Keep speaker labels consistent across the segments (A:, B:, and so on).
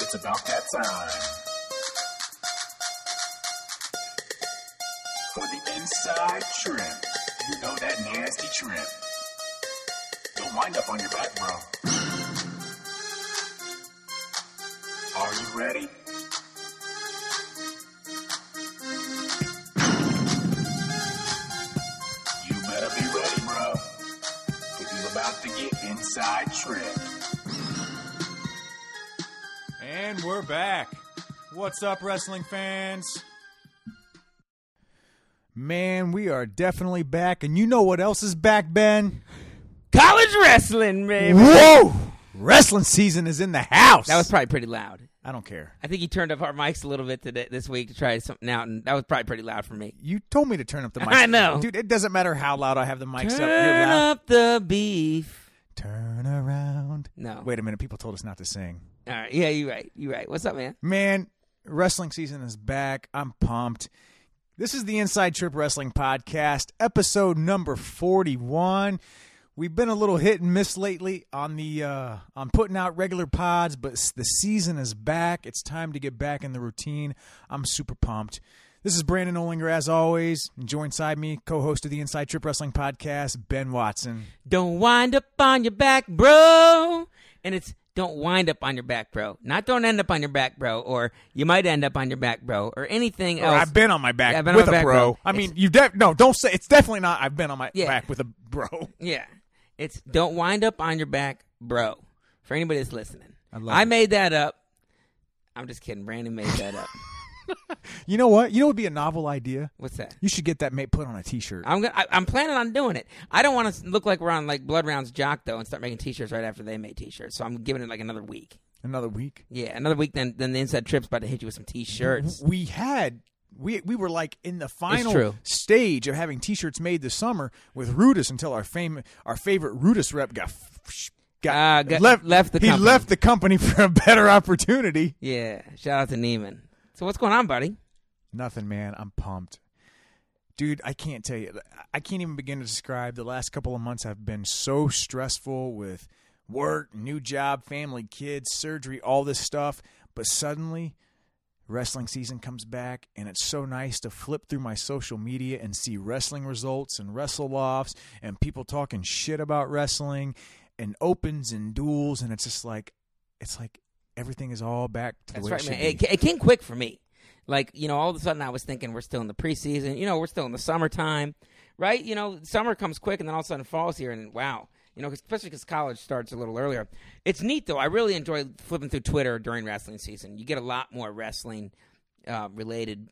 A: It's about that time. For the inside trim. You know that nasty trim. Don't wind up on your back, bro. Are you ready? You better be ready, bro. Because you're about to get inside trim.
B: And we're back. What's up, wrestling fans? Man, we are definitely back. And you know what else is back, Ben?
C: College wrestling, baby.
B: Whoa! Wrestling season is in the house.
C: That was probably pretty loud.
B: I don't care.
C: I think he turned up our mics a little bit today, this week to try something out, and that was probably pretty loud for me.
B: You told me to turn up the mic.
C: I know.
B: Dude, it doesn't matter how loud I have the mics up. You're
C: Turn
B: loud.
C: up the beef.
B: Turn around.
C: No.
B: Wait a minute. People told us not to sing.
C: All right. Yeah, you're right. You're right. What's up, man?
B: Man, wrestling season is back. I'm pumped. This is the Inside Trip Wrestling Podcast, episode number 41. We've been a little hit and miss lately on the uh, on putting out regular pods, but s- the season is back. It's time to get back in the routine. I'm super pumped. This is Brandon Olinger, as always. And joined side me, co-host of the Inside Trip Wrestling Podcast, Ben Watson.
C: Don't wind up on your back, bro. And it's don't wind up on your back, bro. Not don't end up on your back, bro, or you might end up on your back, bro, or anything
B: Or
C: else.
B: I've been on my back
C: Yeah, I've been on
B: with
C: my
B: a
C: back,
B: bro.
C: bro.
B: I mean, you def- no, don't say it's definitely not. I've been on my
C: Yeah.
B: back with a bro.
C: Yeah. It's don't wind up on your back, bro. For anybody that's listening. I,
B: love it.
C: made that up. I'm just kidding. Brandon made that up.
B: You know what? You know what would be a novel idea?
C: What's that?
B: You should get that mate put on a t-shirt.
C: I'm gonna. I, I'm planning on doing it. I don't want to look like we're on like Blood Rounds Jock though, and start making T-shirts right after they made T-shirts. So I'm giving it like another week.
B: Another week.
C: Yeah, another week. Then then the Inside Trip's about to hit you with some T-shirts.
B: We had we we were like in the final
C: true.
B: stage of having t-shirts made this summer with Rudis until our fame our favorite Rudis rep got f- got,
C: Ah, got-
B: left
C: left the
B: he
C: company.
B: left the company for a better opportunity.
C: Yeah. Shout out to Neiman. So what's going on, buddy?
B: Nothing, man. I'm pumped. Dude, I can't tell you. I can't even begin to describe the last couple of months have been so stressful with work, new job, family, kids, surgery, all this stuff. But suddenly, wrestling season comes back, and it's so nice to flip through my social media and see wrestling results and wrestle offs and people talking shit about wrestling and opens and duels. And it's just like, it's like everything is all back to the
C: That's
B: way
C: right,
B: it should
C: man.
B: be.
C: It, it came quick for me. Like you know, all of a sudden I was thinking we're still in the preseason. You know, we're still in the summertime, right? You know, summer comes quick, and then all of a sudden fall's here, and wow. You know, 'cause- especially because college starts a little earlier. It's neat though. I really enjoy flipping through Twitter during wrestling season. You get a lot more wrestling uh, related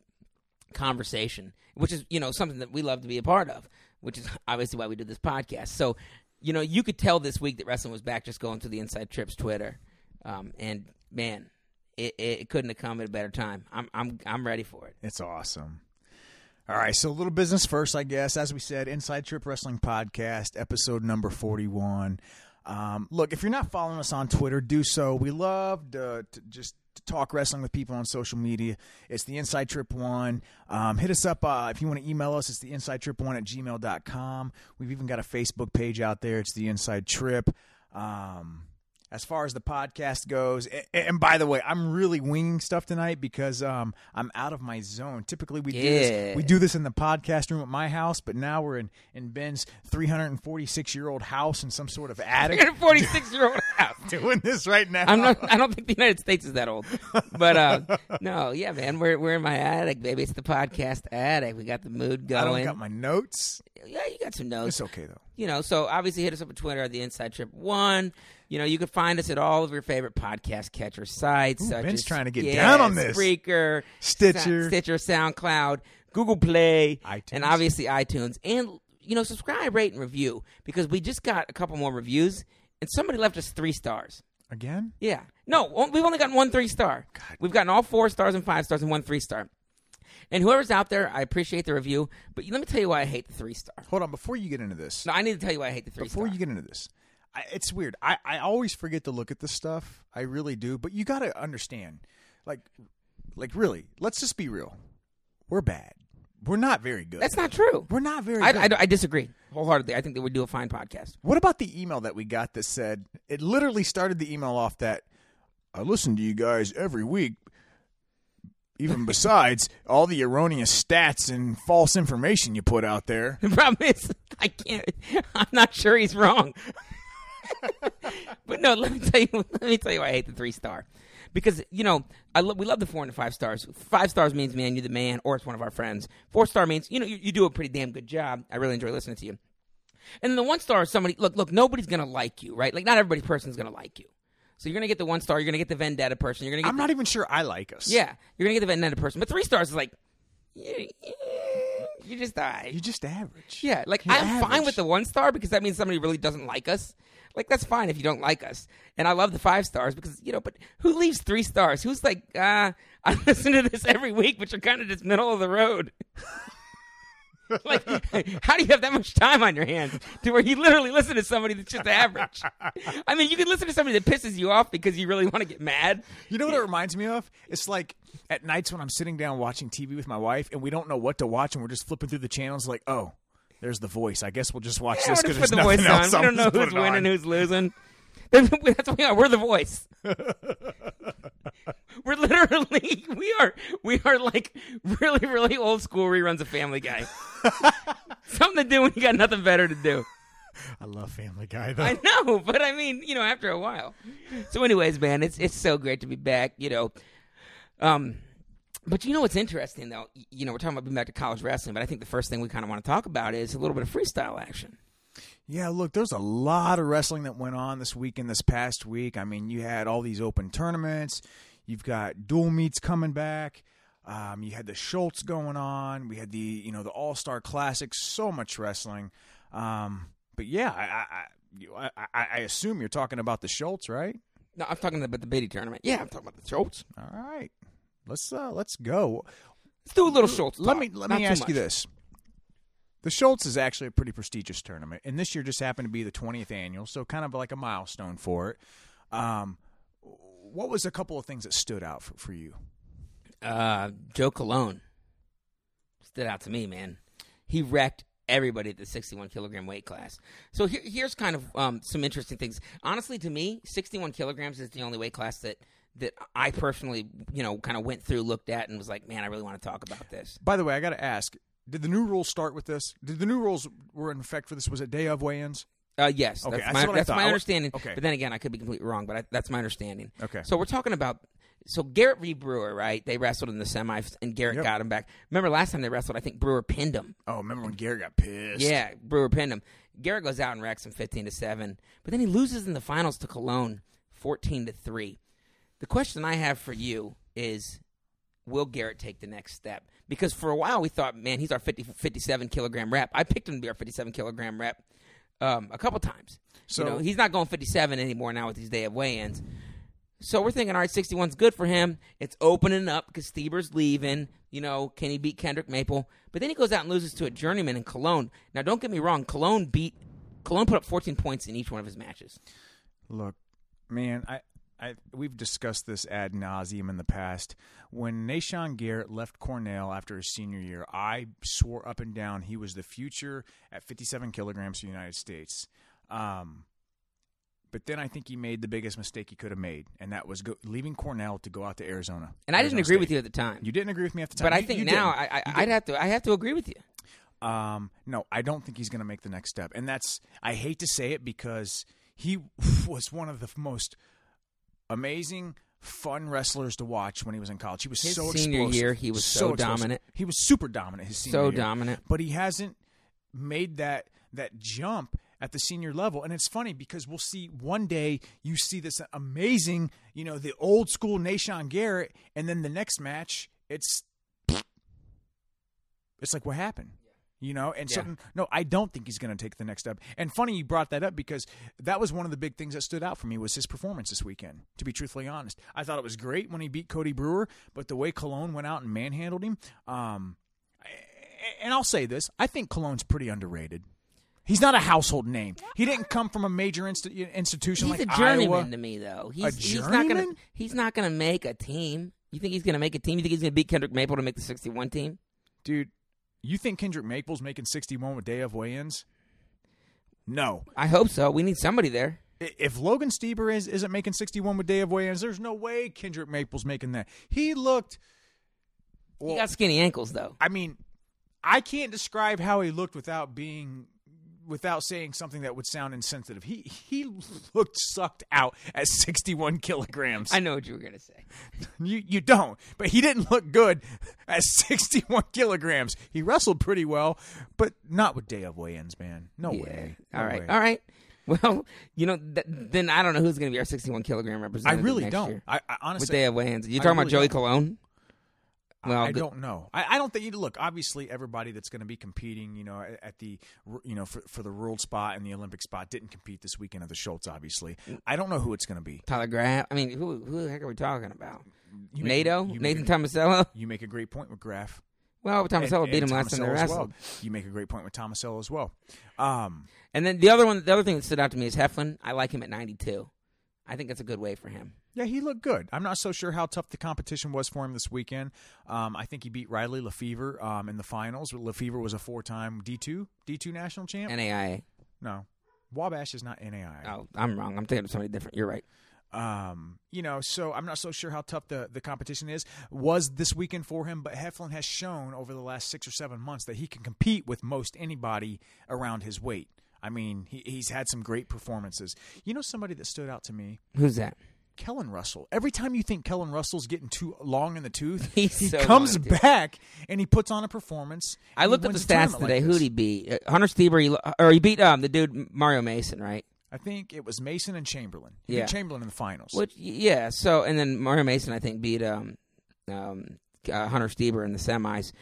C: conversation, which is you know something that we love to be a part of, which is obviously why we do this podcast. So, you know, you could tell this week that wrestling was back just going through the Inside Trips Twitter, um, and man, it, it, it couldn't have come at a better time. I'm I'm I'm ready for it.
B: It's awesome. All right, so a little business first, I guess. As we said, Inside Trip Wrestling Podcast, episode number 41. Um, look, if you're not following us on Twitter, do so. We love to, to just to talk wrestling with people on social media. It's the Inside Trip One. Um, hit us up uh, if you want to email us. It's the Inside Trip One at gmail.com. We've even got a Facebook page out there. It's the Inside Trip. Um, as far as the podcast goes a- a- and by the way i'm really winging stuff tonight because um, i'm out of my zone typically we do this
C: Yeah.
B: we do this in the podcast room at my house but now we're in, in ben's 346 year old house in some sort of attic
C: 146 year old house.
B: doing this right now
C: I'm not. I don't think the United States is that old, but uh, no, yeah, man, we're we're in my attic, baby. It's the podcast attic. We got the mood
B: I
C: going.
B: don't got my notes
C: yeah, you got some notes.
B: it's okay though
C: you know, so obviously hit us up on Twitter at the Inside Trip One. You know, you can find us at all of your favorite podcast catcher sites. such
B: Ben's
C: as-
B: trying to get
C: yeah,
B: down on this.
C: Spreaker,
B: Stitcher.
C: Sou- Stitcher, SoundCloud, Google Play,
B: iTunes.
C: and obviously iTunes. And you know, subscribe, rate, and review because we just got a couple more reviews, and somebody left us three stars.
B: again
C: Yeah. No, on- we've only gotten one three star. We've gotten all four stars and five stars and one three star. And whoever's out there, I appreciate the review, but let me tell you why I hate the three star.
B: hold on before you get into this
C: No, I need to tell you why I hate the three
B: before
C: star.
B: you get into this I, it's weird I, I always forget to look at this stuff i really do but you gotta understand like like really let's just be real we're bad we're not very good
C: That's not true.
B: we're not very
C: I,
B: good
C: I, I disagree wholeheartedly. I think that we do a fine podcast.
B: what about the email that we got that said it literally started the email off that I listen to you guys every week. Even besides all the erroneous stats and false information you put out there.
C: The problem is, I can't. I'm not sure he's wrong. but no, let me tell you. Let me tell you. Why I hate the three star because you know I lo- we love the four and the five stars. Five stars means man, you're the man, or it's one of our friends. Four star means you know you, you do a pretty damn good job. I really enjoy listening to you. And then the one star is somebody. Look, look, nobody's gonna like you, right? Like not everybody person's gonna like you. So you're gonna get the one star. You're gonna get the vendetta person. You're gonna get
B: I'm
C: the-
B: not even sure I like us.
C: yeah. You're gonna get the vendetta person. But three stars is like you, you just die.
B: You're just average.
C: Yeah, like
B: You're
C: I'm fine
B: average.
C: with the one star because that means somebody really doesn't like us. Like that's fine if you don't like us. And I love the five stars because you know, but who leaves three stars? Who's like, uh, I listen to this every week, but you're kind of just middle of the road. like, how do you have that much time on your hands to where you literally listen to somebody that's just average? I mean, you can listen to somebody that pisses you off because you really want to get mad.
B: You know what it reminds me of? It's like at nights when I'm sitting down watching TV with my wife and we don't know what to watch and we're just flipping through the channels like, oh, there's the voice. I guess we'll just watch
C: Yeah,
B: this
C: we'll
B: because
C: just
B: there's
C: put the
B: nothing else.
C: voice on.
B: I'll
C: We don't know
B: just put
C: who's
B: it on.
C: winning, who's losing. That's what we are. We're the voice. We're literally we are we are like really really old school reruns of Family Guy. Something to do when you got nothing better to do.
B: I love Family Guy though.
C: I know, but I mean, you know, after a while. So, anyways, man, it's it's so great to be back. You know, um, but you know what's interesting though? Y- You know, we're talking about being back to college wrestling, but I think the first thing we kind of want to talk about is a little bit of freestyle action.
B: Yeah, look, there's a lot of wrestling that went on this weekend, this past week. I mean, you had all these open tournaments. You've got dual meets coming back. Um, you had the Schultz going on. We had the you know the All Star Classic. So much wrestling. Um, but yeah, I, I- I, you- I, I I assume you're talking about the Schultz, right?
C: No, I'm talking about the Biddy tournament. Yeah, I'm talking about the Schultz.
B: All right, let's uh, let's go.
C: Let's do a little Schultz.
B: Let
C: talk.
B: me let
C: Not
B: me
C: too
B: ask you
C: much.
B: this. The Schultz is actually a pretty prestigious tournament, and this year just happened to be the 20th annual, so kind of like a milestone for it. Um, what was a couple of things that stood out for, for you?
C: Uh, Joe Cologne stood out to me, man. He wrecked everybody at the 61 kilogram weight class. So here, here's kind of um, some interesting things. Honestly, to me, 61 kilograms is the only weight class that that I personally, you know, kind of went through, looked at, and was like, man, I really want to talk about this.
B: By the way, I got to ask: Did the new rules start with this? Did the new rules were in effect for this? Was it day of weigh-ins?
C: Uh, yes,
B: Okay,
C: that's,
B: that's
C: my,
B: what I
C: that's
B: thought. I
C: my
B: wa-
C: understanding.
B: okay.
C: But then again, I could be completely wrong, but I, that's my understanding.
B: Okay.
C: So we're talking about so Garrett v. Brewer, right? They wrestled in the semis, and Garrett
B: Yep.
C: got him back. Remember last time they wrestled, I think Brewer pinned him.
B: Oh, remember when Gary got pissed?
C: Yeah, Brewer pinned him. Garrett goes out and wrecks him fifteen to seven, but then he loses in the finals to Cologne, fourteen to three. The question I have for you is, will Garrett take the next step? Because for a while we thought, man, he's our 50, 57 kilogram rep. I picked him to be our fifty-seven kilogram rep um, a couple times.
B: So-
C: you know, he's not going fifty-seven anymore now with these day of weigh-ins. So we're thinking, all right, 61's good for him. It's opening up because Steber's leaving. You know, can he beat Kendrick Maple? But then he goes out and loses to a journeyman in Cologne. Now, don't get me wrong, Cologne beat Cologne put up 14 points in each one of his matches.
B: Look, man, I, I we've discussed this ad nauseum in the past. When Nashawn Garrett left Cornell after his senior year, I swore up and down he was the future at 57 kilograms for the United States. Um, but then I think he made the biggest mistake he could have made, and that was go, leaving Cornell to go out to Arizona.
C: And I didn't agree with you at the time,
B: You didn't agree with me at the time,
C: but I
B: You-
C: think
B: you
C: now
B: didn't.
C: I, I, I'd have to I have to agree with you.
B: Um, no, I don't think he's going to make the next step. And that's, I hate to say it because he was one of the most amazing, fun wrestlers to watch when he was in college. He was
C: His
B: so
C: senior
B: explosive.
C: year, he was so
B: explosive.
C: dominant.
B: He was super dominant his senior
C: So
B: year.
C: dominant.
B: But he hasn't made that that jump at the senior level and it's funny because we'll see one day you see this amazing you know the old school Nashawn Garrett and then the next match it's it's like what happened you know and so
C: Yeah.
B: no i don't think he's going to take the next step and funny you brought that up because that was one of the big things that stood out for me was his performance this weekend to be truthfully honest i thought it was great when he beat cody brewer but the way cologne went out and manhandled him um, a- and i'll say this i think cologne's pretty underrated he's not a household name he didn't come from a major inst- institution
C: He's
B: like
C: a journeyman
B: Iowa.
C: to me, though. He's, he's not gonna
B: journeyman?
C: he's not gonna make a team. You think he's gonna make a team? You think he's gonna beat Kendrick Maple to make the 61 team?
B: dude you think kendrick maple's making 61 with day of weigh-ins no
C: I hope so. We need somebody there.
B: I- If Logan Steber is, isn't making 61 with Day of Weigh-Ins, there's no way Kendrick Maples making that. He looked.
C: he got skinny ankles though.
B: I mean, I can't describe how he looked without being without saying something that would sound insensitive. He he looked sucked out at 61 kilograms.
C: I know what you were gonna say.
B: you you don't, but he didn't look good at 61 kilograms. He wrestled pretty well, but not with day of weigh-ins, man. No way. No
C: All right.
B: way.
C: All right. Well, you know, th- then I don't know who's going to be our 61 kilogram
B: I
C: representative.
B: really
C: next
B: don't.
C: Year.
B: I, I honestly
C: What day of weigh-ins? You
B: I
C: talking
B: really
C: about Joey
B: don't.
C: Cologne? Well,
B: I
C: good-
B: don't know. I, I don't think you look. Obviously, everybody that's going to be competing, you know, at- at the you know for, for the world spot and the Olympic spot didn't compete this weekend at the Schultz. Obviously,
C: Mm.
B: I don't know who it's going to be.
C: Tyler Graff. I mean, who who the heck are we talking about?
B: You make-
C: NATO,
B: you
C: Nathan
B: Make a,
C: Tomasello.
B: you make a great point with Graf.
C: Well, Tomasello
B: and-
C: beat
B: and
C: him last time they
B: Tomasello as
C: wrestled.
B: well. You make a great point with Tomasello as well. Um,
C: And then the other one, the other thing that stood out to me is Heflin. I like him at 92. I think that's a good way for him.
B: yeah, he looked good. I'm not so sure how tough the competition was for him this weekend. Um, I think he beat Riley Lefevre um, in the finals. Lefevre was a four-time D2 D2 national champ.
C: NAIA.
B: no, Wabash is not NAI.
C: Oh, I'm wrong. I'm thinking of somebody different. You're right.
B: Um, you know, so I'm not so sure how tough the, the competition is was this weekend for him, but Heflin has shown over the last six or seven months that he can compete with most anybody around his weight. I mean, he, he's had some great performances. You know, somebody that stood out to me,
C: Who's that?
B: Kellen Russell. Every time you think Kellen Russell's getting too long in the tooth,
C: He's
B: he
C: so
B: comes
C: long, dude.
B: back and he puts on a performance.
C: I
B: and he
C: looked up the
B: wins
C: stats
B: tournament like
C: today.
B: this.
C: Who would he beat? Uh, Hunter Steber, he, lo- or he beat um, the dude Mario Mason, right?
B: I think it was Mason and Chamberlain. He
C: Yeah.
B: beat Chamberlain in the finals.
C: Which yeah, so and then Mario Mason I think beat um um uh, Hunter Steber in the semis.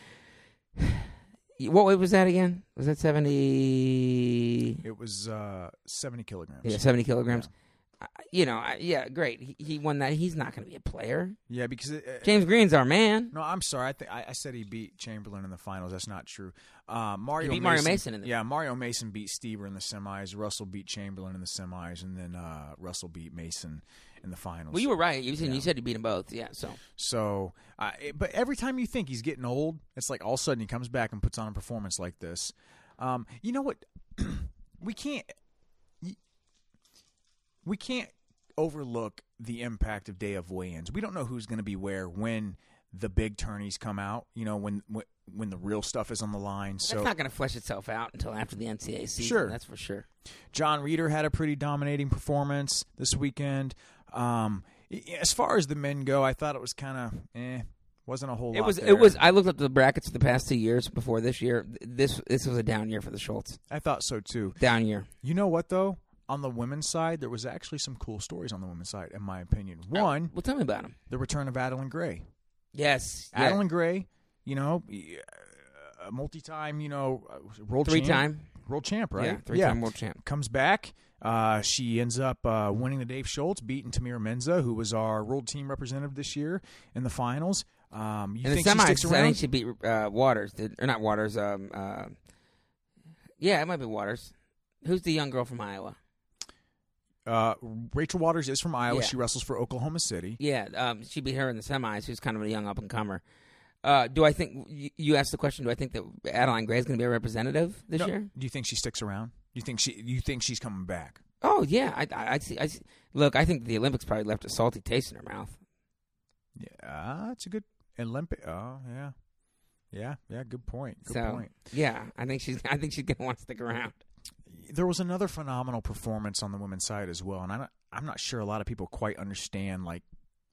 C: What weight was that again? Was that seventy?
B: It was uh, 70 kilograms.
C: Yeah, seventy kilograms. I You know, I, yeah, great. He, he won that. He's not going to be a player.
B: Yeah, because it, it-
C: James Green's our man.
B: No, I'm sorry. I, th- I I said he beat Chamberlain in the finals. That's not true. Uh, Mario
C: beat
B: Mason,
C: Mario Mason in the-
B: yeah. Mario Mason beat Stever in the semis. Russell beat Chamberlain in the semis, and then uh, Russell beat Mason in the finals.
C: Well, you were right. You said you said you beat them both. Yeah, so
B: so, uh, it- but every time you think he's getting old, it's like all of a sudden he comes back and puts on a performance like this. Um, you know what? we can't. y- We can't overlook the impact of day of weigh-ins. We don't know who's going to be where when the big tourneys come out. You know when when, when the real stuff is on the line.
C: that's
B: So
C: not going to flesh itself out until after the NCAA season.
B: Sure.
C: that's for sure.
B: John Reeder had a pretty dominating performance this weekend. Um, y- as far as the men go, I thought it was kind of eh, wasn't a whole
C: It
B: lot.
C: was.
B: there.
C: It was. I looked up the brackets for the past two years before this year. Th- This this was a down year for the Schultz.
B: I thought so too.
C: Down year.
B: You know what though? On the women's side, there was actually some cool stories on the women's side, in my opinion. One,
C: Well, tell me about him.
B: the return of Adeline Gray.
C: Yes, yeah.
B: Adeline Gray, you know, uh, a multi-time, you know, uh, world
C: three
B: champ-
C: time,
B: world champ, right?
C: yeah, three time world champ.
B: Comes back. Uh, she ends up uh, winning the Dave Schultz, beating Tamira Menza, who was our world team representative this year in the finals. Um, you
C: In the
B: think she
C: semis,
B: sticks
C: I think
B: around?
C: she beat uh, Waters, did, or not Waters. Um, uh, yeah, it might be Waters. Who's the young girl from Iowa?
B: uh, Rachel Waters is from Iowa.
C: Yeah.
B: She wrestles for Oklahoma City.
C: Yeah, um, she beat her in the semis. Who's kind of a young up and comer. Uh, do I think you, you asked the question? Do I think that Adeline Gray is going to be a representative this
B: No,
C: year?
B: Do you think she sticks around? You think she? You think she's coming back?
C: Oh yeah, I, I, I see. I see. Look, I think the Olympics probably left a salty taste in her mouth.
B: Yeah, ah, it's a good Olympic. Oh yeah, yeah, yeah. Good point. Good
C: so
B: point.
C: yeah, I think she's. I think she's going to want to stick around.
B: There was another phenomenal performance on the women's side as well, and I'm not, I'm not sure a lot of people quite understand like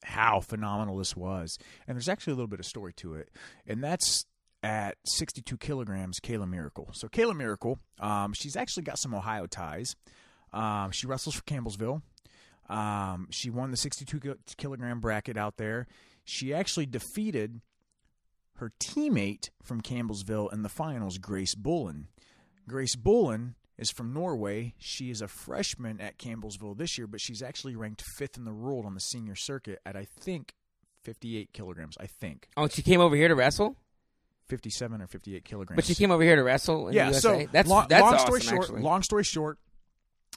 B: how phenomenal this was. And there's actually a little bit of story to it, and that's at 62 kilograms, Kayla Miracle. So Kayla Miracle, um, she's actually got some Ohio ties. Um, she wrestles for Campbellsville. Um, she won the 62 kil- kilogram bracket out there. She actually defeated her teammate from Campbellsville in the finals, Grace Bullen. Grace Bullen is from Norway. She is a freshman at Campbellsville this year, but she's actually ranked fifth in the world on the senior circuit at I think 58 kilograms. I think
C: Oh, she came over here to wrestle.
B: 57 or 58 kilograms.
C: But she came over here to wrestle. In
B: yeah.
C: the USA.
B: So
C: that's
B: long,
C: that's
B: long
C: awesome,
B: story short.
C: actually.
B: Long story short,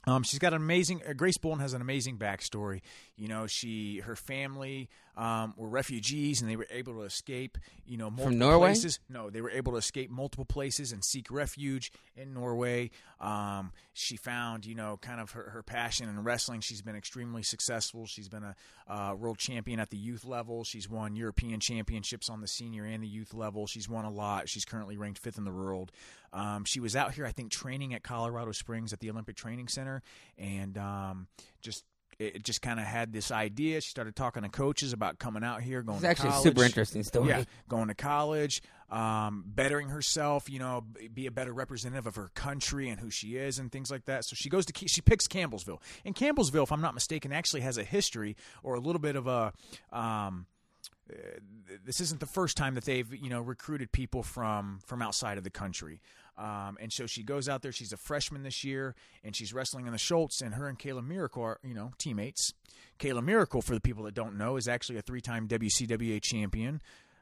B: Um, she's got an amazing. Uh, Grace Bolton has an amazing backstory. You know, she her family um, were refugees and they were able to escape. You know, multiple
C: Norway?
B: places. No, they were able to escape multiple places and seek refuge in Norway. Um, she found, you know, kind of her, her passion in wrestling. She's been extremely successful. She's been a uh, world champion at the youth level. She's won European championships on the senior and the youth level. She's won a lot. She's currently ranked fifth in the world. Um, she was out here, I think, training at Colorado Springs at the Olympic Training Center, and um, just it just kind of had this idea. She started talking to coaches about coming out here, going.
C: It's
B: to
C: actually a
B: college.
C: super interesting story.
B: Yeah, going to college, um, bettering herself, you know, b- be a better representative of her country and who she is and things like that. So she goes to Ke- she picks Campbellsville, and Campbellsville, if I'm not mistaken, actually has a history or a little bit of a. Um, uh, th- this isn't the first time that they've you know recruited people from from outside of the country. Um, and so she goes out there. She's a freshman this year, and she's wrestling in the Schultz. And her and Kayla Miracle are, you know, teammates. Kayla Miracle, for the people that don't know, is actually a three-time WCWA champion.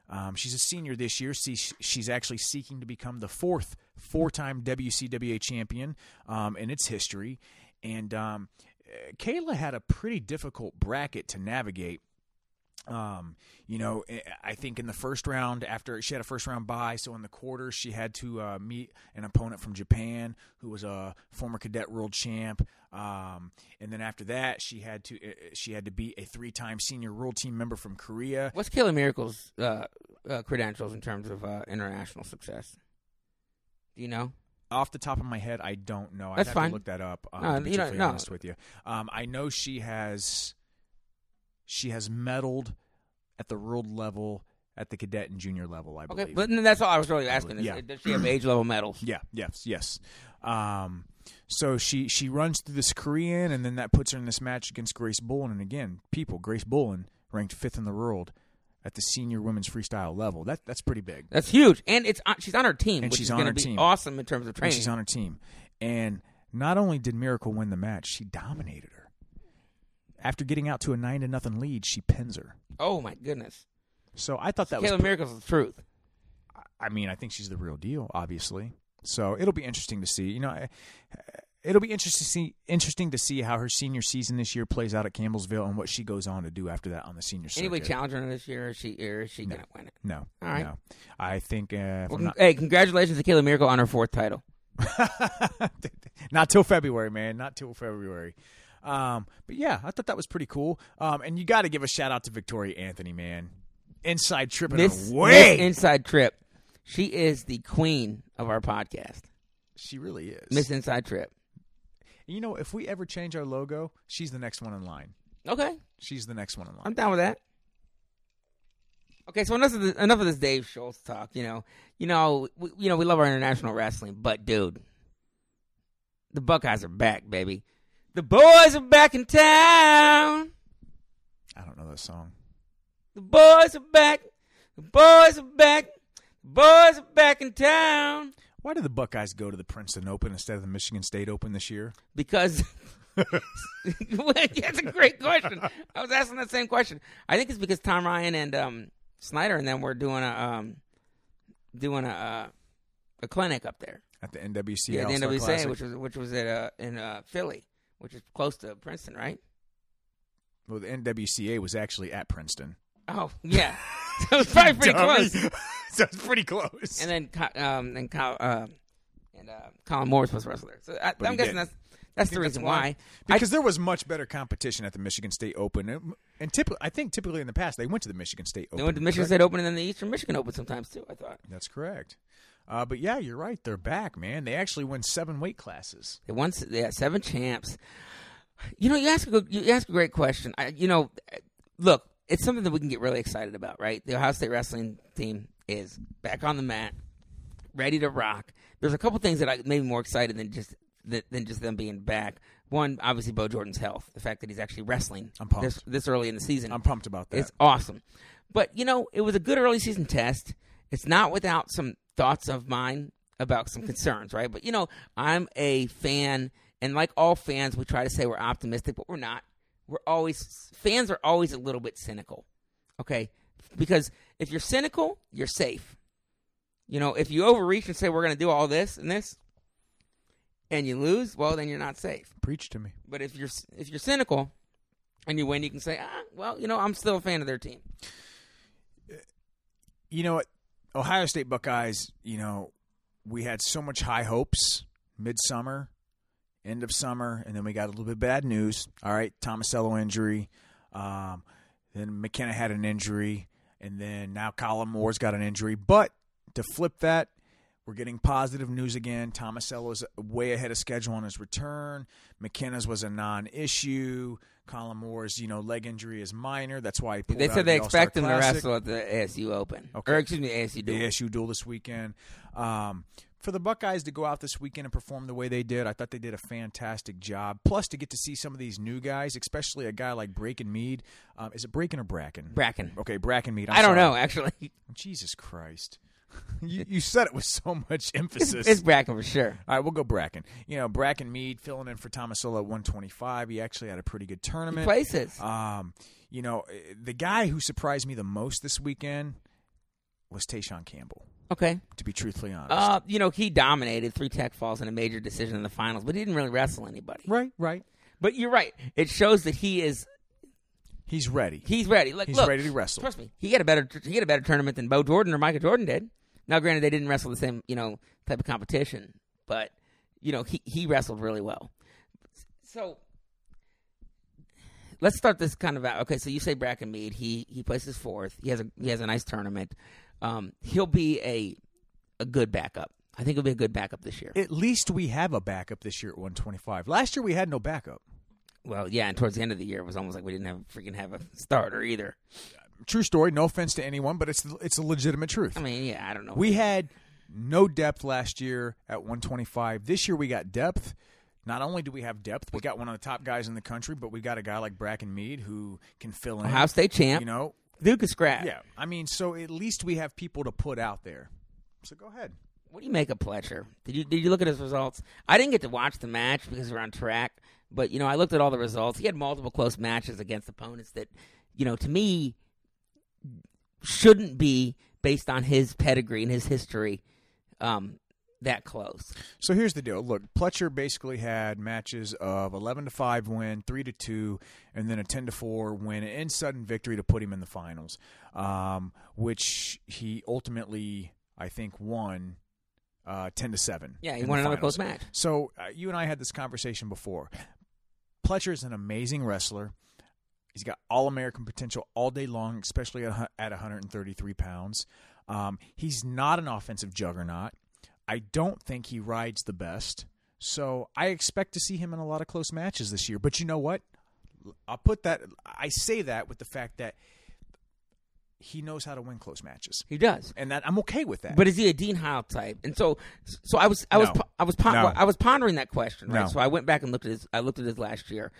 B: Um, she's a senior this year. She, she's actually seeking to become the fourth four-time WCWA champion um, in its history. And um, uh, Kayla had a pretty difficult bracket to navigate. Um, you know, I- I think in the first round, after she had a first round bye, so in the quarter, she had to uh, meet an opponent from Japan who was a former cadet world champ. Um, and then after that, she had to uh, she had to beat a three time senior world team member from Korea.
C: What's Kayla Miracle's uh, uh, credentials in terms of uh, international success? Do you know?
B: Off the top of my head, I don't know. I'd
C: That's
B: have
C: fine.
B: to look that up. Um,
C: No,
B: to be
C: you don't-
B: truthfully
C: no.
B: honest with you, um, I know she has she has medaled at the world level, at the cadet and junior level. I believe.
C: Okay, but no, that's all I was really asking. Is,
B: yeah.
C: Does she have age level medals?
B: Yeah. Yes. Yes. Um, so she she runs through this Korean, and then that puts her in this match against Grace Bullen. And again, people, Grace Bullen ranked fifth in the world at the senior women's freestyle level. That that's pretty big.
C: That's huge, and it's on, she's on her team,
B: And
C: which
B: she's
C: is
B: on
C: going to
B: her
C: be
B: team.
C: awesome in terms of
B: And
C: training.
B: she's on her team, and not only did Miracle win the match, she dominated her. After getting out to a nine to nothing lead, she pins her.
C: oh my goodness,
B: So I thought that was.
C: Kayla Miracle's the truth.
B: I mean, I think she's the real deal, obviously. So it'll be interesting to see. You know, I- it'll be interesting to see interesting to see how her senior season this year plays out at Campbellsville and what she goes on to do after that on the senior circuit.
C: Anybody challenging her this year? Is she or is she
B: No.
C: going to win it?
B: No,
C: All right.
B: no. I think uh, if
C: Well,
B: I'm
C: con- hey, congratulations to Kayla Miracle on her fourth title.
B: not, not till February, man. Not till February. Um, but yeah, I thought that was pretty cool. Um, and you got to give a shout out to Victoria Anthony, man. Inside tripping
C: Miss,
B: away.
C: Miss Inside Trip, she is the queen of our podcast.
B: she really is.
C: Miss Inside Trip.
B: you know, if we ever change our logo, she's the next one in line.
C: Okay,
B: She's the next one in line.
C: I'm down with that. Okay, so enough of this, enough of this Dave Schultz talk. You know, you know, we, you know, we love our international wrestling, but dude, the Buckeyes are back, baby. The boys are back in town.
B: I don't know that song.
C: The boys are back. The boys are back. The boys are back in town
B: Why did the Buckeyes go to the Princeton Open instead of the Michigan State Open this year?
C: because. That's a great question. I was asking that same question. I think it's because Tom Ryan and um, Snyder and them were doing a um, doing a uh, a clinic up there.
B: At the NWCA,
C: Yeah, the
B: All-Star
C: NWCA,
B: Classic?
C: which was which was at uh, in uh, Philly, which is close to Princeton, right?
B: well, the NWCA was actually at Princeton.
C: Oh yeah, so it was probably pretty
B: Dummy.
C: close.
B: so it's pretty close.
C: And then Co- um, and Kyle, uh, and uh, Colin Morris was a wrestler. So I,
B: he
C: I'm guessing
B: didn't.
C: that's that's the reason why. I-
B: because there was much better competition at the Michigan State Open, and, and typically, I think typically in the past they went to the Michigan State Open.
C: They went to Michigan
B: correct?
C: State Open and then the Eastern Michigan Open sometimes too. I thought
B: That's correct. Uh, but yeah, you're right. They're back, man. They actually win seven weight classes.
C: they won. s- They had seven champs. You know, you ask a good, you ask a great question. I, you know, look, it's something that we can get really excited about, right? The Ohio State wrestling team is back on the mat, ready to rock. There's a couple things that I made me more excited than just than, than just them being back. One, obviously, Bo Jordan's health, the fact that he's actually wrestling
B: I'm pumped.
C: this this early in the season.
B: I'm pumped about that.
C: It's awesome. But you know, it was a good early season test. It's not without some thoughts of mine about some concerns, right? But you know, I'm a fan, and like all fans, we try to say we're optimistic, but we're not. We're always fans are always a little bit cynical, okay? Because if you're cynical, you're safe. You know, if you overreach and say we're going to do all this and this, and you lose, well, then you're not safe.
B: Preach to me.
C: But if you're if you're cynical and you win, you can say, ah, well, you know, I'm still a fan of their team.
B: You know what? Ohio State Buckeyes, you know, we had so much high hopes midsummer, end of summer, and then we got a little bit bad news. All right, Tomasello injury. Um, then McKenna had an injury, and then now Colin Moore's got an injury. But to flip that, we're getting positive news again. Tomasello's way ahead of schedule on his return. McKenna's was a non-issue. Colin Moore's, you know, leg injury is minor. That's why he pulled
C: They
B: out
C: said
B: of
C: they
B: the All-Star
C: expect him to
B: Classic.
C: wrestle at the ASU Open,
B: Okay.
C: or excuse me, ASU
B: the
C: Duel.
B: ASU duel this weekend. Um, for the Buckeyes to go out this weekend and perform the way they did, I thought they did a fantastic job. Plus, to get to see some of these new guys, especially a guy like Braken Mead. Um, is it Braken or Bracken?
C: Bracken.
B: Okay, Bracken Mead. I'm
C: I don't
B: sorry.
C: know actually.
B: Jesus Christ. you, you said it with so much emphasis.
C: it's Bracken for sure.
B: All right, we'll go Bracken. You know, Bracken Mead filling in for Tomasola at 125. He actually had a pretty good tournament.
C: Places.
B: Um, you know, the guy who surprised me the most this weekend was Tayshawn Campbell,
C: Okay.
B: to be truthfully honest.
C: Uh, you know, he dominated three tech falls in a major decision in the finals, but he didn't really wrestle anybody.
B: Right, right.
C: But you're right. It shows that he is
B: He's ready.
C: he's ready. Like,
B: He's
C: look,
B: ready to wrestle.
C: Trust me, he had a better he had a better tournament than Bo Jordan or Michael Jordan did. Now, granted, they didn't wrestle the same you know type of competition, but you know he he wrestled really well. So let's start this kind of out. Okay, so you say Bracken Mead, he he places fourth. He has a he has a nice tournament. Um, he'll be a a good backup. I think he'll be a good backup this year.
B: At least we have a backup this year at 125. Last year we had no backup.
C: Well, yeah, and towards the end of the year, it was almost like we didn't have freaking have a starter either.
B: True story. No offense to anyone, but it's it's a legitimate truth.
C: I mean, yeah, I don't know.
B: We had no depth last year at 125. This year we got depth. Not only do we have depth, we got one of the top guys in the country, but we got a guy like Bracken Mead who can fill in.
C: Ohio State champ,
B: You know,
C: Duke is scrap.
B: yeah. I mean, so at least we have people to put out there. So go ahead.
C: What do you make of Pletcher? Did you did you look at his results? I didn't get to watch the match because we're on track, but you know I looked at all the results. He had multiple close matches against opponents that, you know, to me, shouldn't be based on his pedigree and his history, um, that close.
B: So here's the deal. Look, Pletcher basically had matches of 11 to 5 win, 3 to 2, and then a 10 to 4 win in sudden victory to put him in the finals, um, which he ultimately, I think, won uh, 10 to 7.
C: Yeah, he
B: in the
C: won another
B: finals.
C: close match.
B: So uh, you and I had this conversation before. Pletcher is an amazing wrestler. He's got all American potential all day long, especially at, hu- at 133 pounds. Um, he's not an offensive juggernaut. I don't think he rides the best. So I expect to see him in a lot of close matches this year. But you know what? I'll put that, I say that with the fact that he knows how to win close matches.
C: He does.
B: And that I'm okay with that.
C: But is he a Dean Howe type? And so, so I was, I was,
B: No.
C: po- I was, pon-
B: No.
C: I was pondering that question. Right.
B: No.
C: So I went back and looked at his, I looked at his last year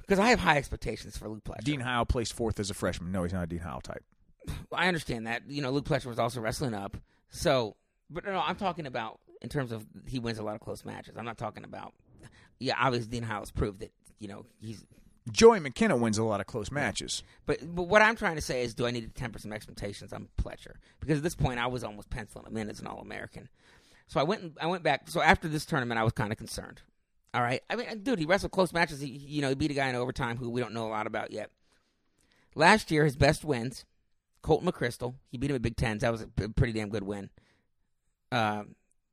C: because I have high expectations for Luke Pletcher.
B: Dean Howell placed fourth as a freshman. No, he's not a Dean Howell type.
C: I understand that. You know, Luke Pletcher was also wrestling up. So, but no, I'm talking about in terms of he wins a lot of close matches. I'm not talking about. Yeah, obviously Dean Howe has proved that. You know, he's.
B: Joey McKenna wins a lot of close matches.
C: But but what I'm trying to say is, do I need to temper some expectations on Pletcher? Because at this point, I was almost penciling him in as an All American. So I went and I went back. So after this tournament, I was kind of concerned. All right, I mean, uh, dude, he wrestled close matches. He he, you know he beat a guy in overtime who we don't know a lot about yet. Last year, his best wins: Colt McChrystal, he beat him at Big Tens. That was a p- pretty damn good win. Uh,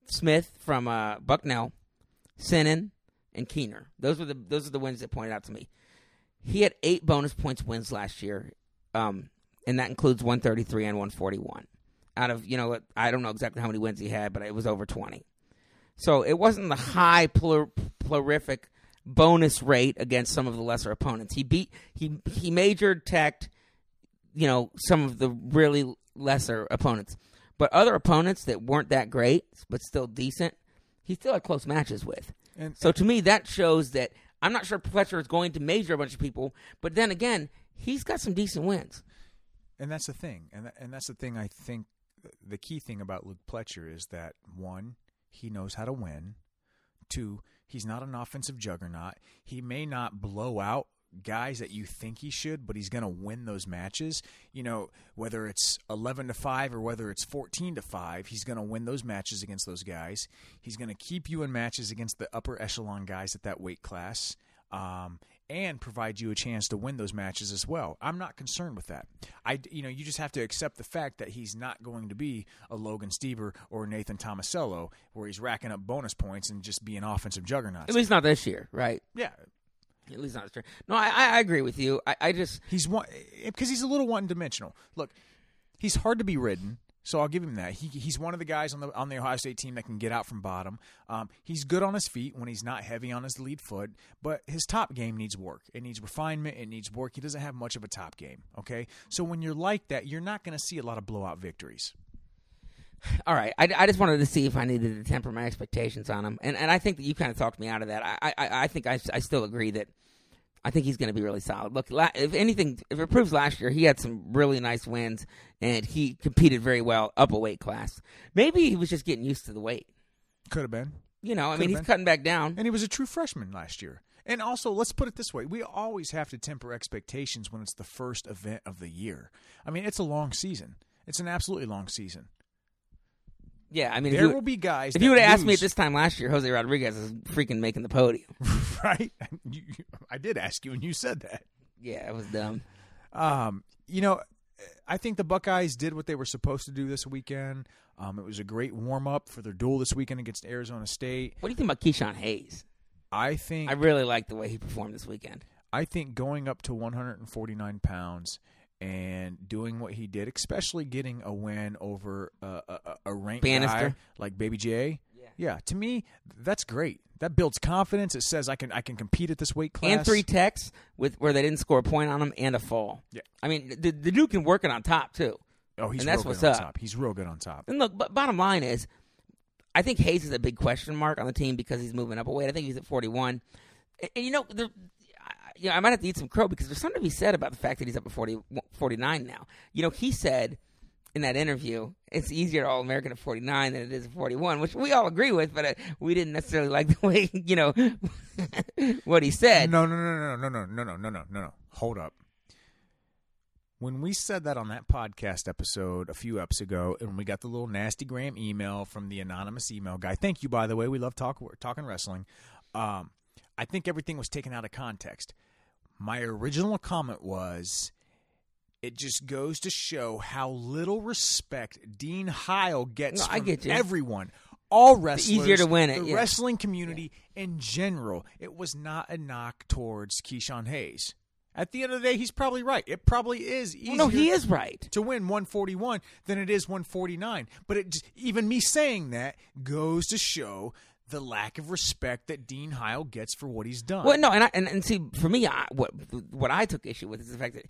C: Smith from uh, Bucknell, Sinan, and Keener. Those were the those are the wins that pointed out to me. He had eight bonus points wins last year, um, and that includes 133 and 141. Out of you know, I don't know exactly how many wins he had, but it was over 20. So it wasn't the high plur- prolific bonus rate against some of the lesser opponents. He beat he he majored teched, you know, some of the really lesser opponents, but other opponents that weren't that great but still decent, he still had close matches with.
B: And-
C: so to me, that shows that I'm not sure Fletcher is going to major a bunch of people, but then again, he's got some decent wins.
B: And that's the thing. And tha- and that's the thing I think the key thing about Luke Pletcher is that one, he knows how to win. Two, he's not an offensive juggernaut. He may not blow out guys that you think he should, but he's going to win those matches. You know, whether it's 11 to 5 or whether it's 14 to 5, he's going to win those matches against those guys. He's going to keep you in matches against the upper echelon guys at that weight class. Um, and provide you a chance to win those matches as well. I'm not concerned with that. I, you know, you just have to accept the fact that he's not going to be a Logan Stever or Nathan Tomasello, where he's racking up bonus points and just being offensive juggernauts.
C: At least not this year, right?
B: yeah,
C: At least not this year. No, I, I I agree with you. I, I just
B: He's one because he's a little one-dimensional. Look, he's hard to be ridden, so I'll give him that. He, he's one of the guys on the on the Ohio State team that can get out from bottom. Um, he's good on his feet when he's not heavy on his lead foot, but his top game needs work. It needs refinement. It needs work. He doesn't have much of a top game. Okay, so when you're like that, you're not going to see a lot of blowout victories.
C: all right. I, I just wanted to see if I needed to temper my expectations on him, and and I think that you kind of talked me out of that. I I, I think I, I still agree that I think he's going to be really solid. Look, la- if anything, if it proves last year, he had some really nice wins, and he competed very well up a weight class. Maybe he was just getting used to the weight.
B: Could have been.
C: You know, I
B: Could've
C: mean, he's
B: been.
C: cutting back down.
B: And he was a true freshman last year. And also, let's put it this way we always have to temper expectations when it's the first event of the year. I mean, it's a long season, it's an absolutely long season.
C: Yeah, I mean, if
B: There
C: you-
B: will be guys.
C: If
B: that
C: you would have asked me at
B: lose-
C: this time last year, Jose Rodriguez is freaking making the podium.
B: right? You, you- I did ask you, and you said that.
C: Yeah, it was dumb.
B: Um, you know, I think the Buckeyes did what they were supposed to do this weekend. Um, it was a great warm up for their duel this weekend against Arizona State.
C: What do you think about Keyshawn Hayes?
B: I think
C: I really like the way he performed this weekend.
B: I think going up to 149 pounds and doing what he did, especially getting a win over uh, a, a, a ranked
C: Bannister.
B: guy like Baby J.
C: Yeah.
B: to me, that's great. That builds confidence. It says I can I can compete at this weight class.
C: And three techs with where they didn't score a point on him and a fall.
B: Yeah.
C: I mean, the, the dude can work it on top too.
B: Oh, he's
C: and that's
B: real good
C: what's
B: on
C: up.
B: top. He's real good on top.
C: And look, but bottom line is, I think Hayes is a big question mark on the team because he's moving up a weight. I think he's at 41. And, and you know, the, I, you know, I might have to eat some crow because there's something to be said about the fact that he's up at 40, 49 now. You know, he said in that interview, it's easier to All American at 49 than it is at 41, which we all agree with, but uh, we didn't necessarily like the way, you know, what he said.
B: No, no, no, no, no, no, no, no, no, no, no, no. Hold up. When we said that on that podcast episode a few eps ago, and we got the little nasty gram email from the anonymous email guy. Thank you, by the way. We love talk talking wrestling. Um, I think everything was taken out of context. My original comment was. It just goes to show how little respect Dean Heil gets
C: No, I
B: from
C: get you.
B: everyone, all wrestlers,
C: easier to win it,
B: the
C: yeah.
B: wrestling community in general. It was not a knock towards Keyshawn Hayes. At the end of the day, he's probably right. It probably is easier
C: Well, no, he is right.
B: to win 141 than it is 149. But it just, even me saying that goes to show the lack of respect that Dean Heil gets for what he's done.
C: Well, no, and I, and, and see, for me, I, what what I took issue with is the fact that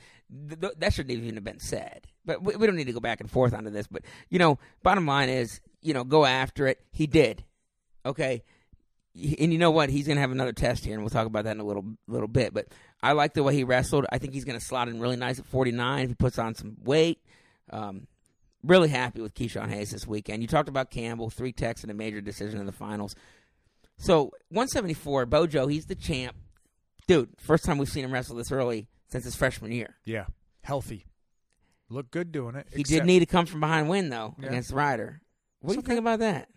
C: th- th- that shouldn't even have been said. But we, we don't need to go back and forth onto this. But you know, bottom line is, you know, go after it. He did, okay. Y- And you know what? He's gonna have another test here, and we'll talk about that in a little little bit. But I like the way he wrestled. I think he's gonna slot in really nice at forty nine if he puts on some weight. Um, really happy with Keyshawn Hayes this weekend. You talked about Campbell, three techs and a major decision in the finals. So 174, Bojo, he's the champ. Dude, first time we've seen him wrestle this early since his freshman year.
B: yeah, healthy. Look good doing it.
C: He e-
B: except-
C: did need to come from behind win though
B: Yeah.
C: against Ryder. What do you think about that?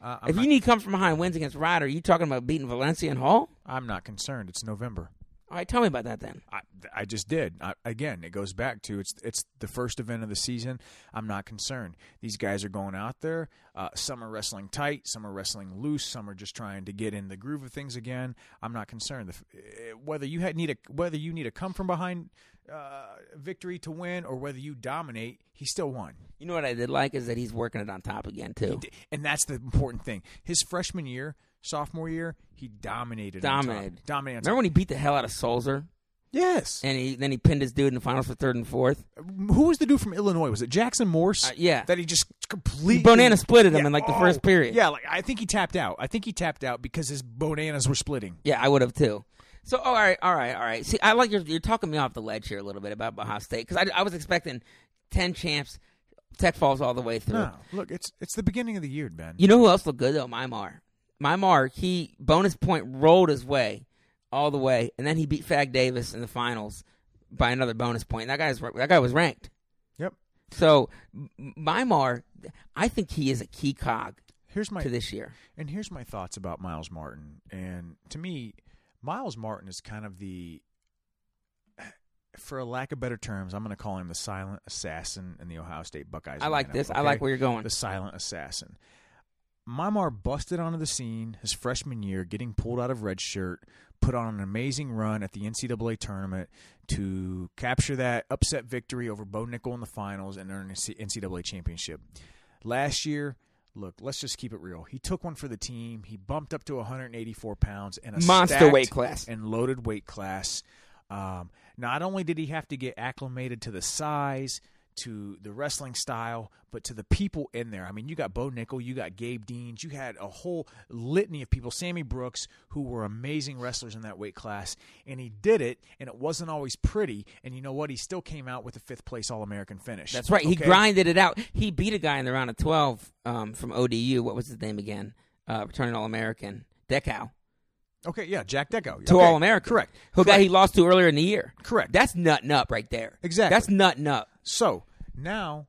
B: Uh, I'm,
C: If
B: not,
C: you need to come from behind wins against Ryder, you talking about beating Valencia and Hall?
B: I'm not concerned. It's November.
C: All right, tell me about that then.
B: I, I just did. I, again, it goes back to it's it's the first event of the season. I'm not concerned. These guys are going out there. Uh, some are wrestling tight, some are wrestling loose, some are just trying to get in the groove of things again. I'm not concerned. The, f- eh, whether you had need a whether you need a come from behind uh, victory to win or whether you dominate, he still won.
C: You know what I did like is that he's working it on top again too.
B: D- And that's the important thing. His freshman year, sophomore year, he dominated. on top.
C: Dominated.
B: Dominated. on
C: Remember when he beat the hell out of Solzer
B: top. yes.
C: and he then he pinned his dude in the finals for third and fourth?
B: Who was the dude from Illinois? Was it Jackson Morse?
C: Uh, yeah.
B: That he just completely
C: Bonanna splitted him in, like, the
B: Oh,
C: first period.
B: Yeah, like I think he tapped out. I think he tapped out because his bonanas were splitting.
C: Yeah, I would have too. So all right, all right, all right. See, I like you're, you're talking me off the ledge here a little bit about Baja State because I, I was expecting ten champs, Tech falls all the way through.
B: No, look, it's it's the beginning of the year, Ben.
C: You know who else looked good though? Mymar. Mymar. He bonus point rolled his way all the way, and then he beat Fag Davis in the finals by another bonus point. That guy's that guy was ranked.
B: Yep.
C: So M- Mymar, I think he is a key cog
B: Here's my
C: to this year.
B: And here's my thoughts about Miles Martin. And to me, Miles Martin is kind of the, for a lack of better terms, I'm going to call him the silent assassin in the Ohio State Buckeyes.
C: I like
B: lineup,
C: this. I
B: okay?
C: like where you're going.
B: the silent assassin. Mymar busted onto the scene his freshman year, getting pulled out of red shirt, put on an amazing run at the NCAA tournament to capture that upset victory over Bo Nickel in the finals and earn an NCAA championship. Last year, look, let's just keep it real. He took one for the team. He bumped up to 184 pounds and a
C: Monster
B: stacked
C: weight class.
B: and loaded weight class. Um, not only did he have to get acclimated to the size, to the wrestling style, but to the people in there. I mean, you got Bo Nickel, you got Gabe Deans, you had a whole litany of people, Sammy Brooks, who were amazing wrestlers in that weight class. And he did it, and it wasn't always pretty. And you know what? He still came out with a fifth place All American finish.
C: That's right. He
B: Okay?
C: grinded it out. He beat a guy in the round of twelve um, from ODU. What was his name again? Uh, returning All American Decow
B: Okay, yeah, Jack Deco.
C: to
B: okay.
C: All American.
B: Correct.
C: Who guy he lost to earlier in the year.
B: Correct.
C: That's nutting up right there.
B: Exactly.
C: That's nutting up.
B: So now,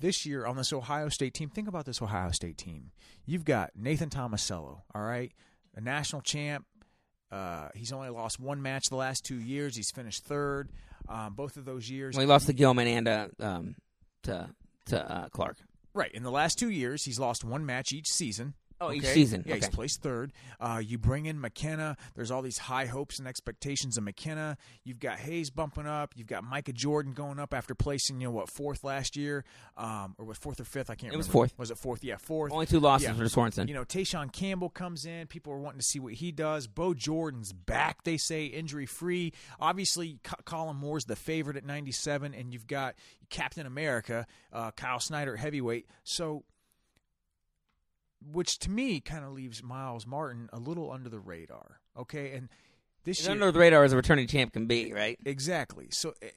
B: this year on this Ohio State team, think about this Ohio State team. You've got Nathan Tomasello, all right, a national champ. Uh, he's only lost one match the last two years. He's finished third um, both of those years.
C: Well, he lost to Gilman and uh, um, to to uh, Clark.
B: Right. In the last two years, he's lost one match each season.
C: Oh, each season.
B: Yeah, he's
C: Okay.
B: placed third. Uh, you bring in McKenna. There's all these high hopes and expectations of McKenna. You've got Hayes bumping up. You've got Micah Jordan going up after placing, you know, what, fourth last year? Um, or was fourth or fifth? I can't remember.
C: It was fourth.
B: Was it fourth? Yeah, fourth.
C: Only two losses
B: Yeah.
C: for Swanson.
B: You know, Tayshawn Campbell comes in. People are wanting to see what he does. Bo Jordan's back, they say, injury free. Obviously, Co- Colin Moore's the favorite at 97, and you've got Captain America, uh, Kyle Snyder at heavyweight. So, which to me kind of leaves Miles Martin a little under the radar. Okay, and this
C: He's
B: year,
C: under the radar as a returning champ can be, right?
B: Exactly. So eh,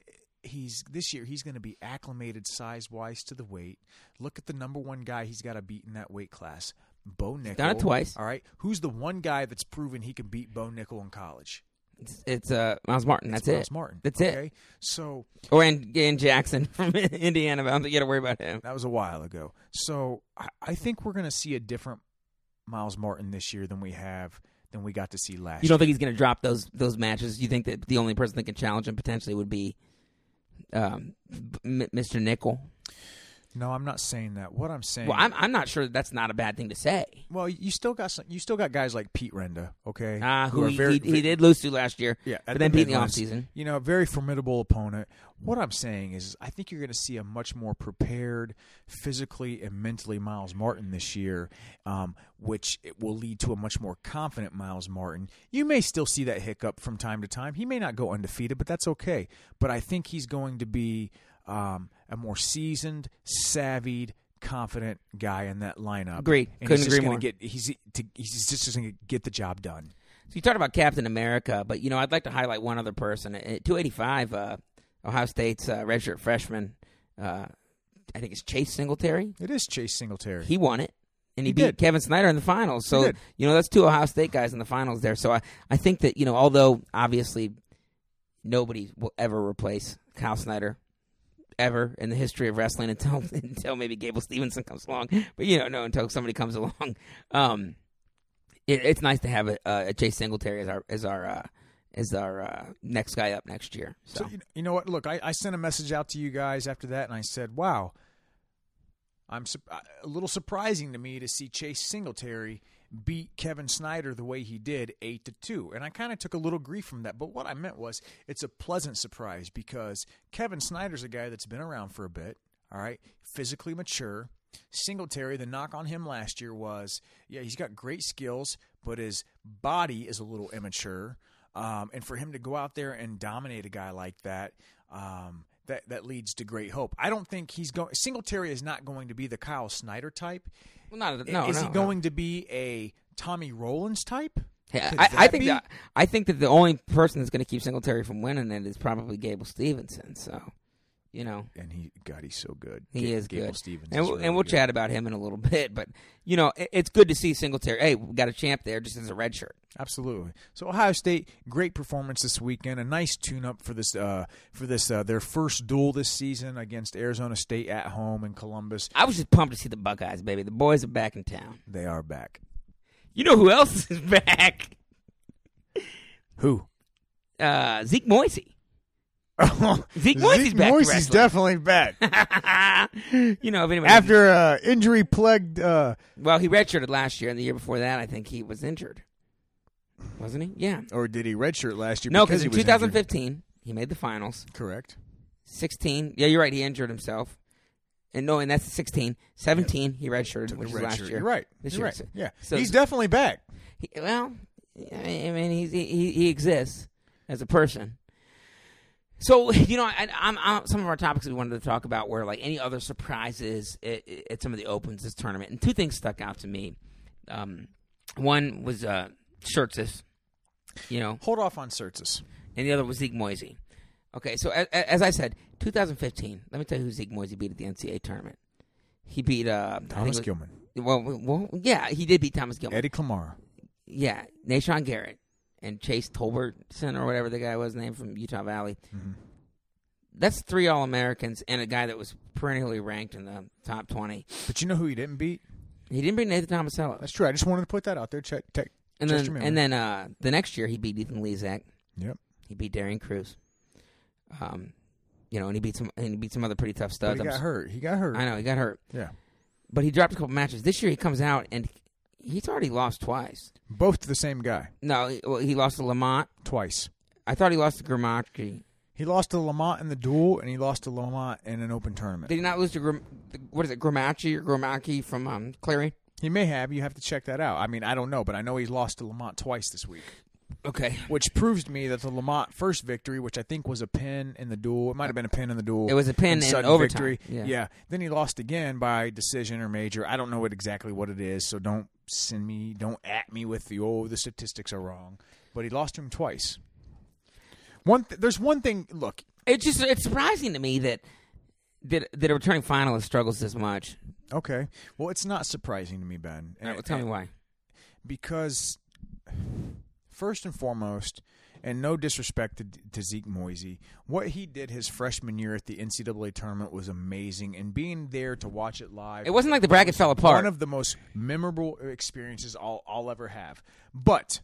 B: he's this year he's going to be acclimated size wise to the weight. Look at the number one guy he's got to beat in that weight class, Bo Nickel.
C: done it twice.
B: All right. Who's the one guy that's proven he can beat Bo Nickel in college?
C: It's, it's uh, Miles Martin. That's
B: Miles
C: it.
B: Martin.
C: That's
B: okay?
C: it.
B: So
C: Or and, and Jackson from Indiana. But I don't think you got to worry about him.
B: that was a while ago. So I, I think we're going to see a different Miles Martin this year than we have than we got to see last.
C: You don't think he's going to drop those those matches? You think that the only person that can challenge him potentially would be um, M- Mr. Nickel?
B: year. No, I'm not saying that. What I'm saying.
C: Well, I'm I'm not sure that that's not a bad thing to say.
B: well, you still got some, you still got guys like Pete Renda, okay?
C: Ah, who
B: are
C: he,
B: very-
C: he, he did lose to last year.
B: Yeah, at
C: but then
B: the
C: beat in the
B: Midlands.
C: offseason.
B: You know, a very formidable opponent. What I'm saying is, I think you're going to see a much more prepared, physically and mentally Miles Martin this year, um, which it will lead to a much more confident Miles Martin. You may still see that hiccup from time to time. He may not go undefeated, but that's okay. But I think he's going to be um, a more seasoned, savvied. Confident guy in that lineup.
C: Agreed.
B: And
C: Couldn't
B: he's just
C: agree
B: gonna
C: more.
B: Get he's to, he's just going to get the job done.
C: So you talked about Captain America, but you know I'd like to highlight one other person Uh, at 285. Uh, Ohio State's uh, redshirt freshman, uh, I think it's Chase Singletary.
B: It is Chase Singletary.
C: He won it, and he,
B: He
C: beat
B: did.
C: Kevin Snyder in the finals. So
B: did.
C: you know that's two Ohio State guys in the finals there. So I I think that you know although obviously nobody will ever replace Kyle Snyder. Ever in the history of wrestling until until maybe Gable Stevenson comes along, but you don't know until somebody comes along. Um, it, it's nice to have a, a Jay Singletary as our as our uh, as our uh, next guy up next year. So,
B: So you, you know what? Look, I, I sent a message out to you guys after that, and I said, "Wow, I'm sup- uh, a little surprising to me to see Chase Singletary beat Kevin Snyder the way he did, eight to two. And I kind of took a little grief from that. But what I meant was, it's a pleasant surprise because Kevin Snyder's a guy that's been around for a bit. All right, physically mature. Singletary, the knock on him last year was, yeah, he's got great skills, but his body is a little immature. Um, and for him to go out there and dominate a guy like that, um, that that leads to great hope. I don't think he's going. Singletary is not going to be the Kyle Snyder type.
C: well, not, no,
B: is
C: no,
B: he
C: no.
B: going to be a Tommy Rollins type?
C: Yeah,
B: Could
C: I, I
B: that
C: think
B: be?
C: that I think that the only person that's going to keep Singletary from winning it is probably Gable Stevenson. So You know,
B: and he God, he's so good.
C: He
B: Ga-
C: is
B: Gable
C: good.
B: Stevens,
C: and
B: is
C: we'll,
B: really
C: and we'll
B: good.
C: chat about him in a little bit. But you know, it, it's good to see Singletary. Hey, we got a champ there, just as a red shirt.
B: Absolutely. So Ohio State, great performance this weekend. A nice tune-up for this uh, for this uh, their first duel this season against Arizona State at home in Columbus.
C: I was just pumped to see the Buckeyes, baby. The boys are back in town.
B: They are back.
C: You know who else is back?
B: Who?
C: Uh, Zeke Moisey.
B: Zeke
C: Moisey's back to
B: Moisey's definitely
C: wrestling.
B: back
C: you know, if anybody
B: after uh, injury plagued. Uh,
C: well, he redshirted last year, and the year before that, I think he was injured, wasn't he? Yeah.
B: or did he redshirt last year?
C: No,
B: because
C: because
B: he
C: in
B: was injured?
C: 2015 he made the finals.
B: Correct.
C: 16. Yeah, you're right. He injured himself. And no, and that's 16. 17, he redshirted, which
B: The
C: was last
B: redshirt.
C: year.
B: You're right.
C: This
B: You're
C: year.
B: right.
C: So-
B: Yeah,
C: so-
B: he's definitely back.
C: He, well, I I mean, he's, he- he he exists as a person. So you know, I, I'm, i some of our topics we wanted to talk about were like any other surprises at, at some of the opens this tournament, and two things stuck out to me. Um, one was uh, Schertzis, you know,
B: Hold off on Surtis.
C: and the other was Zeke Moisey. Okay, so as, as I said, 2015. Let me tell you who Zeke Moisey beat at the NCAA tournament. He beat uh, I think
B: Thomas
C: it was-
B: Gilman,
C: Well, well, yeah, he did beat Thomas Gilman.
B: Eddie Clamara.
C: Yeah, Nashawn Garrett and Chase Tolbertson or whatever the guy was named from Utah Valley.
B: Mm-hmm.
C: That's three All Americans and a guy that was perennially ranked in the top twenty.
B: But you know who he didn't beat?
C: He didn't beat Nathan Tomasello.
B: That's true. I just wanted to put that out there. Check, check,
C: And
B: test your
C: then
B: memory.
C: and then uh, the next year he beat Ethan Lezak.
B: Yep.
C: He beat Darian Cruz. Um, you know, and he beat some and he beat some other pretty tough
B: But
C: studs.
B: he
C: I'm
B: got
C: s-
B: hurt. He got hurt.
C: I know he got hurt,
B: Yeah.
C: but he dropped a couple matches. This year he comes out and he's already lost twice.
B: Both to the same guy
C: No, he, well, he lost to Lamont.
B: twice.
C: I thought he lost to Grimachi.
B: He lost to Lamont in the duel, and he lost to Lamont in an open tournament.
C: Did he not lose to Grim, what is it, Grimachi or Grimaki from um, Clary?
B: he may have. You have to check that out. I mean, I don't know, but I know he's lost to Lamont twice this week,
C: Okay,
B: which proves to me that the Lamont first victory, which I think was a pin in the duel, it might have been a pin in the duel.
C: It was a pin
B: and
C: in
B: sudden
C: overtime.
B: Victory.
C: Yeah.
B: Then he lost again by decision or major. I don't know what exactly what it is, so don't send me, don't at me with the oh the statistics are wrong. But he lost to him twice. One, th- there's one thing. Look,
C: it's just it's surprising to me that that that a returning finalist struggles this much.
B: okay, well, it's not surprising to me, Ben.
C: All right, well, tell me why.
B: because first and foremost, and no disrespect to, to Zeke Moisey, what he did his freshman year at the NCAA tournament was amazing, and being there to watch it live,
C: It wasn't like the bracket fell apart.
B: one of the most memorable experiences I'll, I'll ever have. But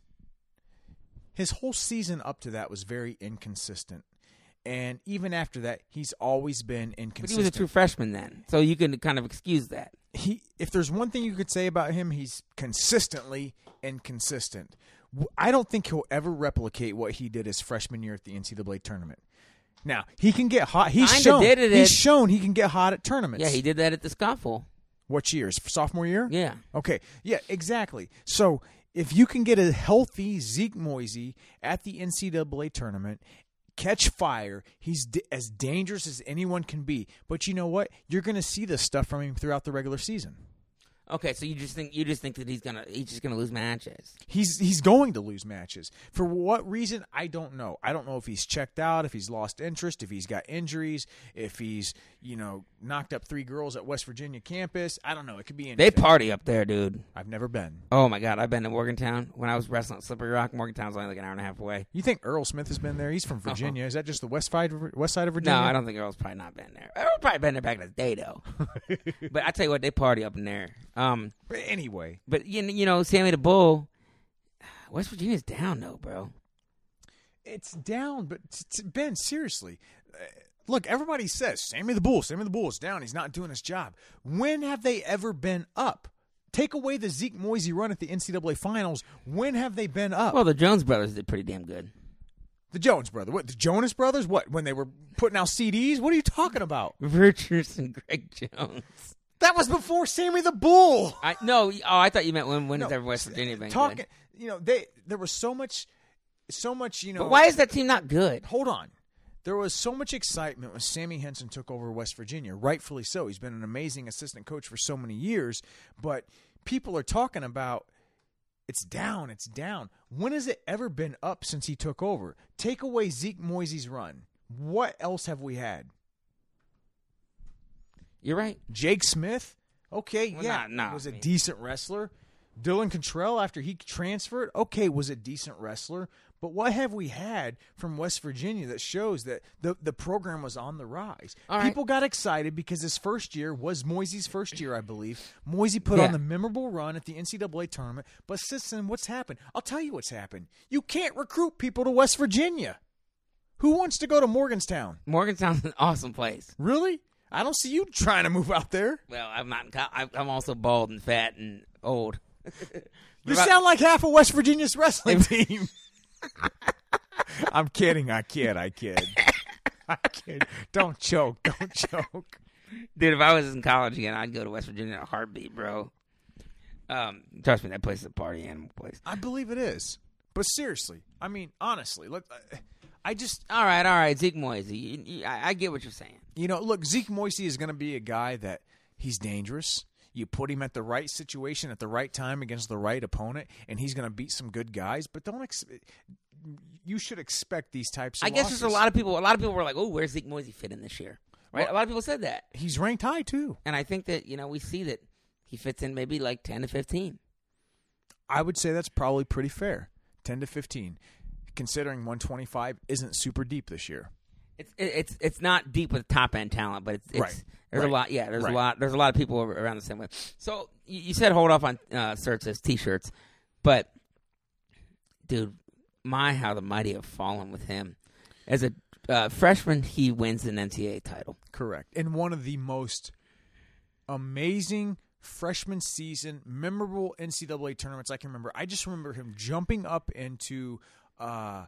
B: his whole season up to that was very inconsistent. And even after that, he's always been
C: but he was a
B: inconsistent.
C: true freshman then, so you can kind of excuse that.
B: he, if there's one thing you could say about him, he's consistently inconsistent. W- I don't think he'll ever replicate what he did his freshman year at the NCAA tournament. Now he can get hot. He's
C: Kinda
B: shown.
C: did it
B: he's
C: at-
B: shown he can get hot at tournaments.
C: Yeah, he did that at the scuffle.
B: What years? Sophomore year?
C: Yeah.
B: Okay. Yeah, exactly. So if you can get a healthy Zeke Moisey at the NCAA tournament, catch fire, he's d- as dangerous as anyone can be. But you know what? You're going to see this stuff from him throughout the regular season.
C: Okay, so you just think you just think that he's gonna he's just gonna lose matches.
B: He's he's going to lose matches. For what reason? I don't know. I don't know if he's checked out, if he's lost interest, if he's got injuries, if he's, you know, knocked up three girls at West Virginia campus. I don't know. It could be anything.
C: They party up there, dude.
B: I've never been.
C: Oh my god, I've been to Morgantown when I was wrestling at Slippery Rock. Morgantown's only like an hour and a half away.
B: You think Earl Smith has been there? He's from Virginia. Is that just the west side, west side of Virginia?
C: Uh-huh. No, I don't think Earl's probably not been there. Earl's probably been there back in the day though. but I tell you what, they party up in there. Um,
B: But anyway,
C: but you you know, Sammy the Bull, West Virginia's down though, bro.
B: it's down. But t- t- Ben, seriously, uh, look. Everybody says Sammy the Bull, Sammy the Bull is down. He's not doing his job. When have they ever been up? Take away the Zeke Moisey run at the NCAA Finals. When have they been up?
C: Well, the Jones brothers did pretty damn good.
B: the Jones brother, what? The Jonas brothers, what? When they were putting out CDs? What are you talking about?
C: Richards and Greg Jones.
B: That was before Sammy the Bull.
C: I no, oh, I thought you meant when when has
B: No,
C: ever West Virginia been
B: Talking,
C: good?
B: you know, they there was so much, so much, you know.
C: But why is that team not good?
B: hold on. There was so much excitement when Sammy Henson took over West Virginia, rightfully so. He's been an amazing assistant coach for so many years, but people are talking about it's down, it's down. When has it ever been up since he took over? Take away Zeke Moisey's run. What else have we had?
C: You're right.
B: Jake Smith, okay,
C: Well,
B: yeah,
C: not- not,
B: was a
C: I mean-
B: decent wrestler. Dylan Contrell, after he transferred, okay, was a decent wrestler. But what have we had from West Virginia that shows that the, the program was on the rise?
C: All right.
B: People got excited because his first year was Moise's first year, I believe. Moise put
C: Yeah.
B: on the memorable run at the NCAA tournament. But since then, what's happened? I'll tell you what's happened. You can't recruit people to West Virginia. Who wants to go to Morgantown?
C: Morgantown's an awesome place.
B: Really? I don't see you trying to move out there.
C: Well, I'm not. in co- I'm I'm also bald and fat and old.
B: You
C: about-
B: sound like half of West Virginia's wrestling team. I'm kidding. I kid. I kid. I kid. Don't choke. Don't choke.
C: Dude, if I was in college again, I'd go to West Virginia in a heartbeat, bro. Um, trust me, that place is a party animal place.
B: I believe it is. But seriously, I mean, honestly, look, I- I just,
C: All right, all right, Zeke Moise, you, you, I, I get what you're saying.
B: you know, look, Zeke Moisey is going to be a guy that he's dangerous. You put him at the right situation at the right time against the right opponent, and he's going to beat some good guys. But don't, ex- you should expect these types. of
C: I guess there's a
B: losses.
C: lot of people. A lot of people were like, "Oh, where's Zeke Moise fit in this year?" Right? a lot of people said that,
B: He's ranked high too.
C: and I think that you know we see that he fits in maybe like ten to fifteen.
B: I would say that's probably pretty fair. 10 to 15, considering 125 isn't super deep this year.
C: It's it, it's it's not deep with top end talent, but it's, it's
B: Right,
C: there's
B: right,
C: a lot. Yeah, there's
B: right.
C: a lot. There's a lot of people over- around the same way. So you, you said hold off on uh, search as t-shirts, but dude, my how the mighty have fallen with him. As a uh, freshman, he wins an NCAA title.
B: Correct. And one of the most amazing freshman season, memorable NCAA tournaments I can remember. I just remember him jumping up into uh,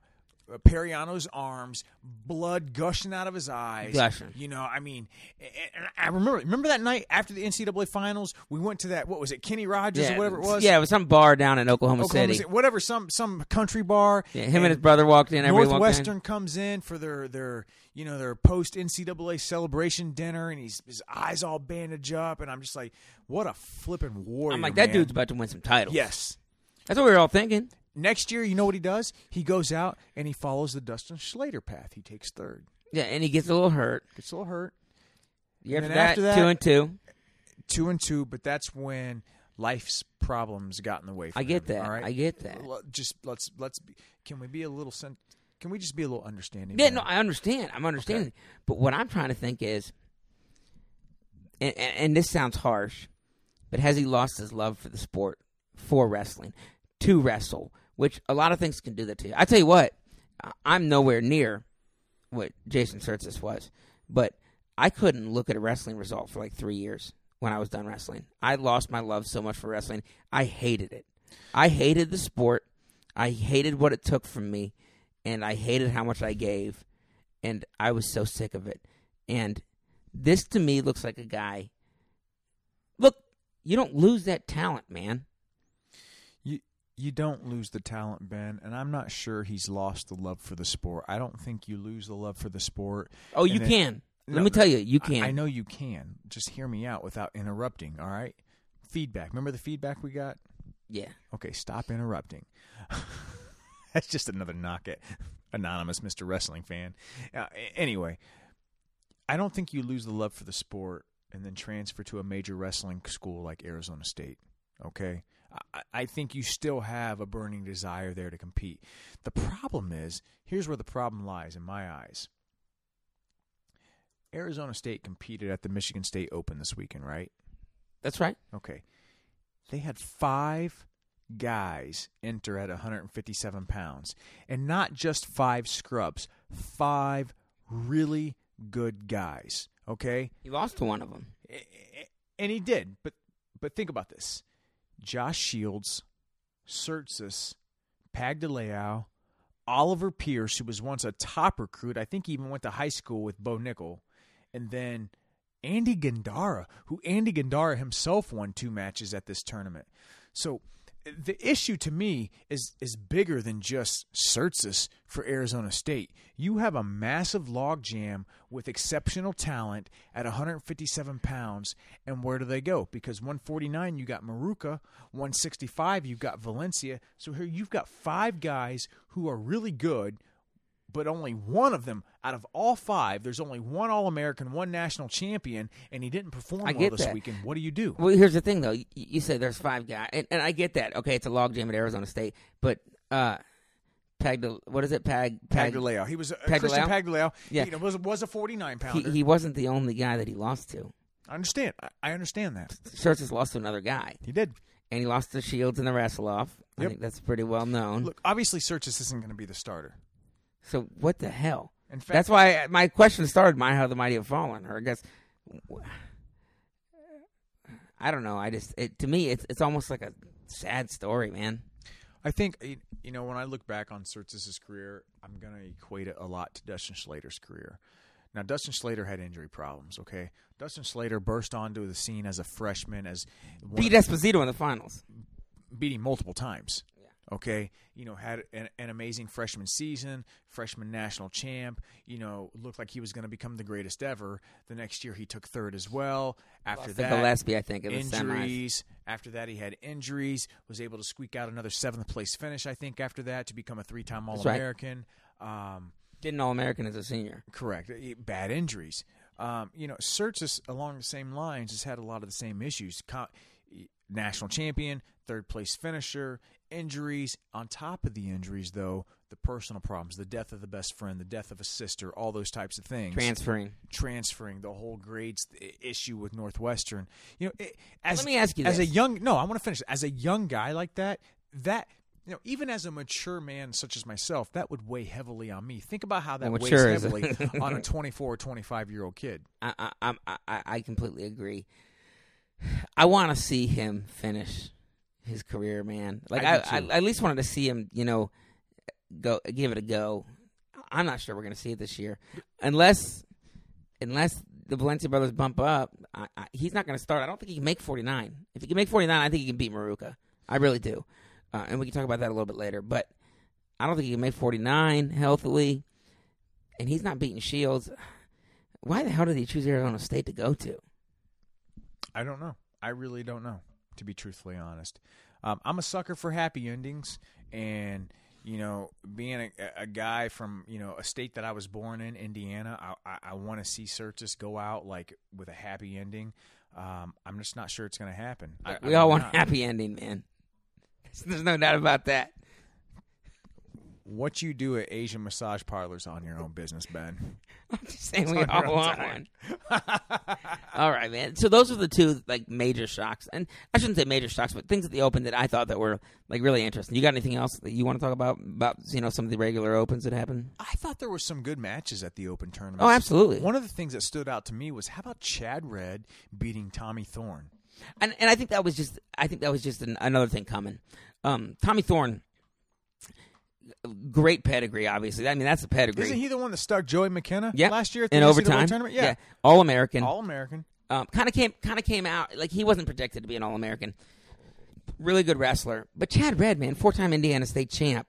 B: Periano's arms, blood gushing out of his eyes.
C: Gushing.
B: You know, I mean, a- and I remember remember that night after the NCAA finals, we went to that, what was it, Kenny Rogers or whatever it was?
C: Yeah, it was some bar down in Oklahoma,
B: Oklahoma
C: City.
B: City, whatever, some some country bar.
C: Yeah, him and, his brother walked in. Everybody walked in.
B: Northwestern comes in for their their you know their post NCAA celebration dinner, and he's his eyes all bandaged up, and I'm just like, what a flippin' warrior!
C: I'm like, that
B: man.
C: dude's about to win some titles.
B: Yes.
C: That's what we were all thinking.
B: Next year, you know what he does? He goes out and he follows the Dustin Schlater path. He takes third,
C: Yeah, and he gets a little hurt.
B: gets a little hurt,
C: Yeah,
B: And
C: after,
B: then
C: that,
B: after that-
C: two and two.
B: two and two, but that's when life's problems got in the way. For
C: I get
B: him,
C: that.
B: All right,
C: I get that.
B: L- Just let's let's be, can we be a little sen- can we just be a little understanding?
C: Yeah,
B: man?
C: no, I understand. I'm understanding. But what I'm trying to think is, and, and, and this sounds harsh, but has he lost his love for the sport, for wrestling, to wrestle, which a lot of things can do that to you. I tell you what, I- I'm nowhere near what Jason Surtis was, but I couldn't look at a wrestling result for like three years when I was done wrestling. I lost my love so much for wrestling. I hated it. I hated the sport. I hated what it took from me, and I hated how much I gave, and I was so sick of it. And this to me looks like a guy. Look, you don't lose that talent, man.
B: You you don't lose the talent, Ben, and I'm not sure he's lost the love for the sport. I don't think you lose the love for the sport.
C: Oh, you
B: And it-
C: can.
B: No,
C: Let me tell you, you
B: I-
C: can.
B: I, know you can. Just hear me out without interrupting. All right. Feedback. Remember the feedback we got?
C: Yeah.
B: Okay, stop interrupting. That's just another knock at anonymous Mr. Wrestling fan. Uh, a- anyway, I don't think you lose the love for the sport and then transfer to a major wrestling school like Arizona State. Okay, I- I, I think you still have a burning desire there to compete. The problem is here's where the problem lies in my eyes. Arizona State competed at the Michigan State Open this weekend, right?
C: That's right.
B: Okay. They had five guys enter at 157 pounds, and not just five scrubs, five really good guys. Okay.
C: You lost to one of them.
B: A- a- And he did, but but think about this: Josh Shields, Sertzis, Pagdaleo, Oliver Pierce, who was once a top recruit. I think he even went to high school with Bo Nickel, and then Andy Gandara, who Andy Gandara himself won two matches at this tournament. So the issue to me is is bigger than just Sertzis for Arizona State. You have a massive logjam with exceptional talent at 157 pounds, and where do they go? Because 149 you got Maruka, 165 you've got Valencia. So here you've got five guys who are really good, but only one of them out of all five, there's only one All American, one national champion, and he didn't perform
C: I
B: well
C: get
B: this
C: that.
B: weekend. What do you do?
C: Well, here's the thing, though. You, you say there's five guys, and, and I get that. Okay, it's a logjam at Arizona State, but uh, Pag, what is it? Pag, Pag,
B: Paguleo. He was a
C: Paguleo?
B: Christian Paguleo.
C: Yeah.
B: He was, was a 49
C: he,
B: pounder.
C: he wasn't the only guy that he lost to.
B: I understand. I, I understand that.
C: Schultz has lost to another guy,
B: He did.
C: and he lost to Shields in the wrestle off. I
B: Yep.
C: think that's pretty well known.
B: Look, obviously, Searches isn't going to be the starter.
C: so what the hell?
B: In fact,
C: That's why my question started my how the mighty have fallen. Or I guess I don't know. I just it, to me it's it's almost like a sad story, man.
B: I think you- you know when I look back on Surtis's career, I'm going to equate it a lot to Dustin Slater's career. Now Dustin Slater had injury problems. Okay, Dustin Slater burst onto the scene as a freshman, as one
C: Beat
B: of-
C: Esposito in the finals.
B: beat him multiple times. Okay, you know had an, an amazing freshman season, freshman national champ. You know looked like he was going to become the greatest ever. The next year he took third as well. After
C: Lost to
B: that,
C: Gillespie, I think, in the semis.
B: injuries. After that, he had injuries. Was able to squeak out another seventh place finish. I think after that to become a three time All
C: That's right.
B: American. Um,
C: Did an All American as a senior.
B: correct. Eh, Bad injuries. Um, you know, Sertzis along the same lines has had a lot of the same issues. Co- eh, national champion, third place finisher, injuries. On top of the injuries, though, the personal problems, the death of the best friend, the death of a sister, all those types of things.
C: Transferring.
B: transferring the whole grades i- issue with Northwestern. You know, it, as
C: Let me ask you
B: as
C: this.
B: a young no, I want to finish as a young guy like that. That you know, even as a mature man such as myself, that would weigh heavily on me. Think about how that
C: Well,
B: weighs
C: mature is-
B: heavily on a 24 or 25 year old kid.
C: I I I'm- I, I I completely agree. I want to see him finish his career, man. Like
B: I
C: I,
B: do
C: I,
B: too.
C: I at least wanted to see him, you know, go give it a go. I'm not sure we're going to see it this year, unless unless the Valencia brothers bump up. I, I, he's not going to start. I don't think he can make 49. If he can make 49, I think he can beat Maruka. I really do, uh, and we can talk about that a little bit later. But I don't think he can make 49 healthily, and he's not beating Shields. Why the hell did he choose Arizona State to go to?
B: I don't know. I really don't know. To be truthfully honest, um, I'm a sucker for happy endings, and you know, being a, a guy from you know a state that I was born in, Indiana, I, I, I want to see Surtis go out like with a happy ending. Um, I'm just not sure it's going to happen. I,
C: we
B: I'm
C: all want
B: not.
C: a happy ending, man. There's no doubt about that.
B: What you do at Asian massage parlors on your own business, Ben.
C: I'm just saying we
B: on your
C: all
B: own
C: want
B: time.
C: one. all right, man. So those are the two like major shocks, and I shouldn't say major shocks, but things at the open that I thought that were like really interesting. You got anything else that you want to talk about about you know some of the regular opens that happen?
B: I thought there were some good matches at the Open tournament.
C: Oh, absolutely.
B: One of the things that stood out to me was how about Chad Red beating Tommy Thorne?
C: and and I think that was just I think that was just an, another thing coming. Um, Tommy Thorne, great pedigree, obviously. I mean, that's a pedigree.
B: Isn't he the one that stuck Joey McKenna
C: yeah,
B: last year at the
C: in
B: NCAA
C: overtime
B: tournament? Yeah,
C: all American.
B: All American.
C: um, kind of came kind of came out like he wasn't projected to be an All American. Really good wrestler, but Chad Red, man, four time Indiana State champ,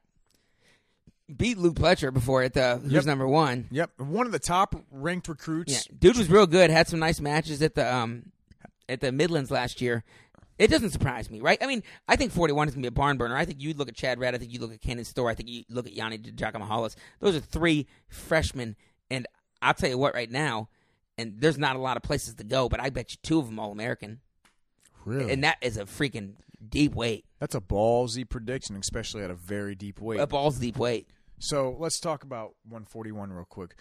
C: beat Luke Pletcher before at the who's
B: Yep.
C: number one.
B: Yep, one of the top ranked
C: Yeah,
B: recruits.
C: dude was real good. Had some nice matches at the um at the Midlands last year. It doesn't surprise me, right? I mean, I think 41 is going to be a barn burner. I think you look at Chad Red. I think you look at Cannon Store. I think you look at Yanni Giacomohalis. Those are three freshmen, and I'll tell you what, right now, and there's not a lot of places to go, but I bet you two of them All American.
B: Really,
C: and that is a freaking deep weight,
B: that's a ballsy prediction, especially at a very deep weight.
C: a balls deep weight.
B: So let's talk about 141 real quick.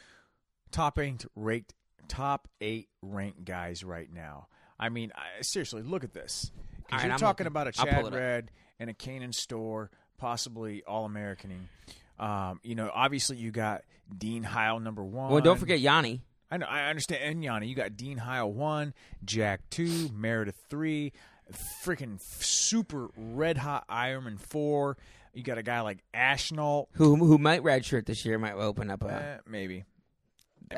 B: Top eight ranked, top eight ranked guys right now. I mean, I, seriously, look at this. 'Cause
C: All right,
B: you're
C: I'm
B: talking
C: looking.
B: about a
C: I'll pull
B: Chad
C: it up.
B: Red and a Canaan Store, possibly All Americaning. Um, you know, obviously you got Dean Heil number one.
C: Well, don't forget Yanni.
B: I know, I understand. And Yanni, you got Dean Heil one, Jack two, Meredith three, freaking super red hot Ironman four. You got a guy like Ashnault
C: Who who might redshirt this year might open up uh, a
B: Eh, maybe.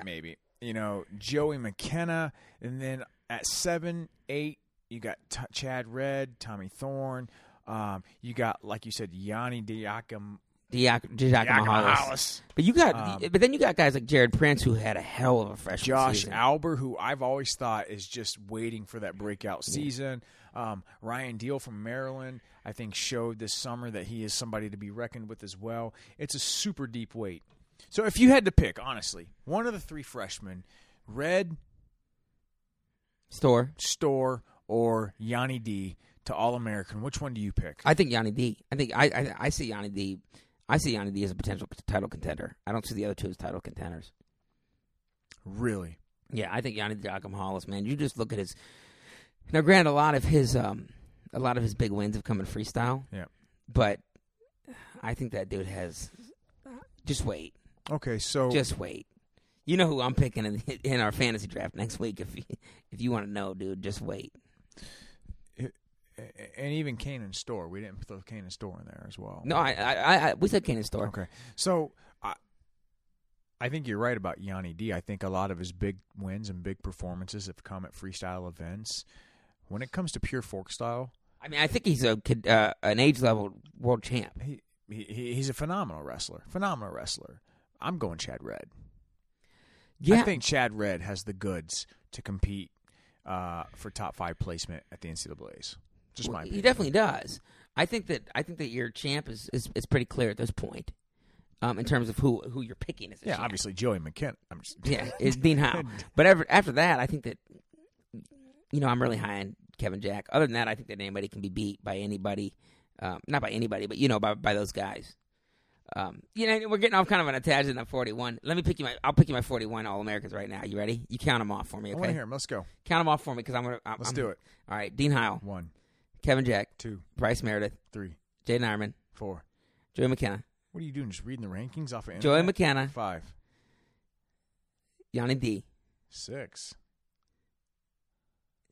B: Maybe. You know, Joey McKenna. And then at 7, 8, you got T- Chad Red, Tommy Thorne. Um, you got, like you said, Yanni Diakam.
C: Diac- Diacomohalis.
B: Diakamahalis,
C: But you got
B: Um,
C: but then you got guys like Jared Prince who had a hell of a freshman
B: Josh
C: season.
B: Alber, who I've always thought is just waiting for that breakout season. Um, Ryan Deal from Maryland, I think, showed this summer that he is somebody to be reckoned with as well. It's a super deep weight. So if you had to pick, honestly, one of the three freshmen, Red,
C: Store.
B: Store, or Yanni D to All American, which one do you pick?
C: I think Yanni D. I think I, I I see Yanni D. I see Yanni D as a potential c- title contender. I don't see the other two as title contenders.
B: really?
C: Yeah, I think Yanni Diakum Hollis, man. You just look at his. Now, granted, a lot of his um, a lot of his big wins have come in freestyle.
B: Yeah.
C: But I think that dude has. Just wait.
B: Okay, so
C: Just wait. You know who I'm picking in, in our fantasy draft next week. If you, if you want to know, dude, just wait.
B: and even Kane and Store, we didn't throw Kane and Store in there as well.
C: No, I I, I, I we said Cannon Store.
B: Okay, so I, I think you're right about Yanni D. I think a lot of his big wins and big performances have come at freestyle events. When it comes to pure fork style,
C: I mean, I think he's a kid- uh, an age level world champ.
B: he, he he- he's a phenomenal wrestler. Phenomenal wrestler. I'm going Chad Red.
C: Yeah,
B: I think Chad Red has the goods to compete uh, for top five placement at the NCAA's. Just
C: Well,
B: my
C: he
B: opinion.
C: definitely does. I think that I think that your champ is, is, is pretty clear at this point, um, in terms of who who you're picking as a
B: yeah,
C: champ.
B: obviously Joey McKenna. I'm just,
C: yeah, is Dean Howe. But ever, after that, I think that you know I'm really high on Kevin Jack. Other than that, I think that anybody can be beat by anybody, um, not by anybody, but you know by by those guys. Um, you know we're getting off kind of on a tangent on 41. Let me pick you my I'll pick you my 41 All Americans right now. You ready? You count them off for me,
B: I want to
C: okay?
B: hear him. Let's go.
C: Count them off for me because I'm gonna I'm,
B: Let's
C: I'm-
B: do it.
C: All right, Dean Howe,
B: One,
C: Kevin Jack,
B: two,
C: Bryce Meredith,
B: three,
C: Jaden Ironman,
B: four.
C: Joey McKenna,
B: What are you doing? Just reading the rankings off of
C: Joey
B: internet?
C: McKenna,
B: Five,
C: Yanni D,
B: six,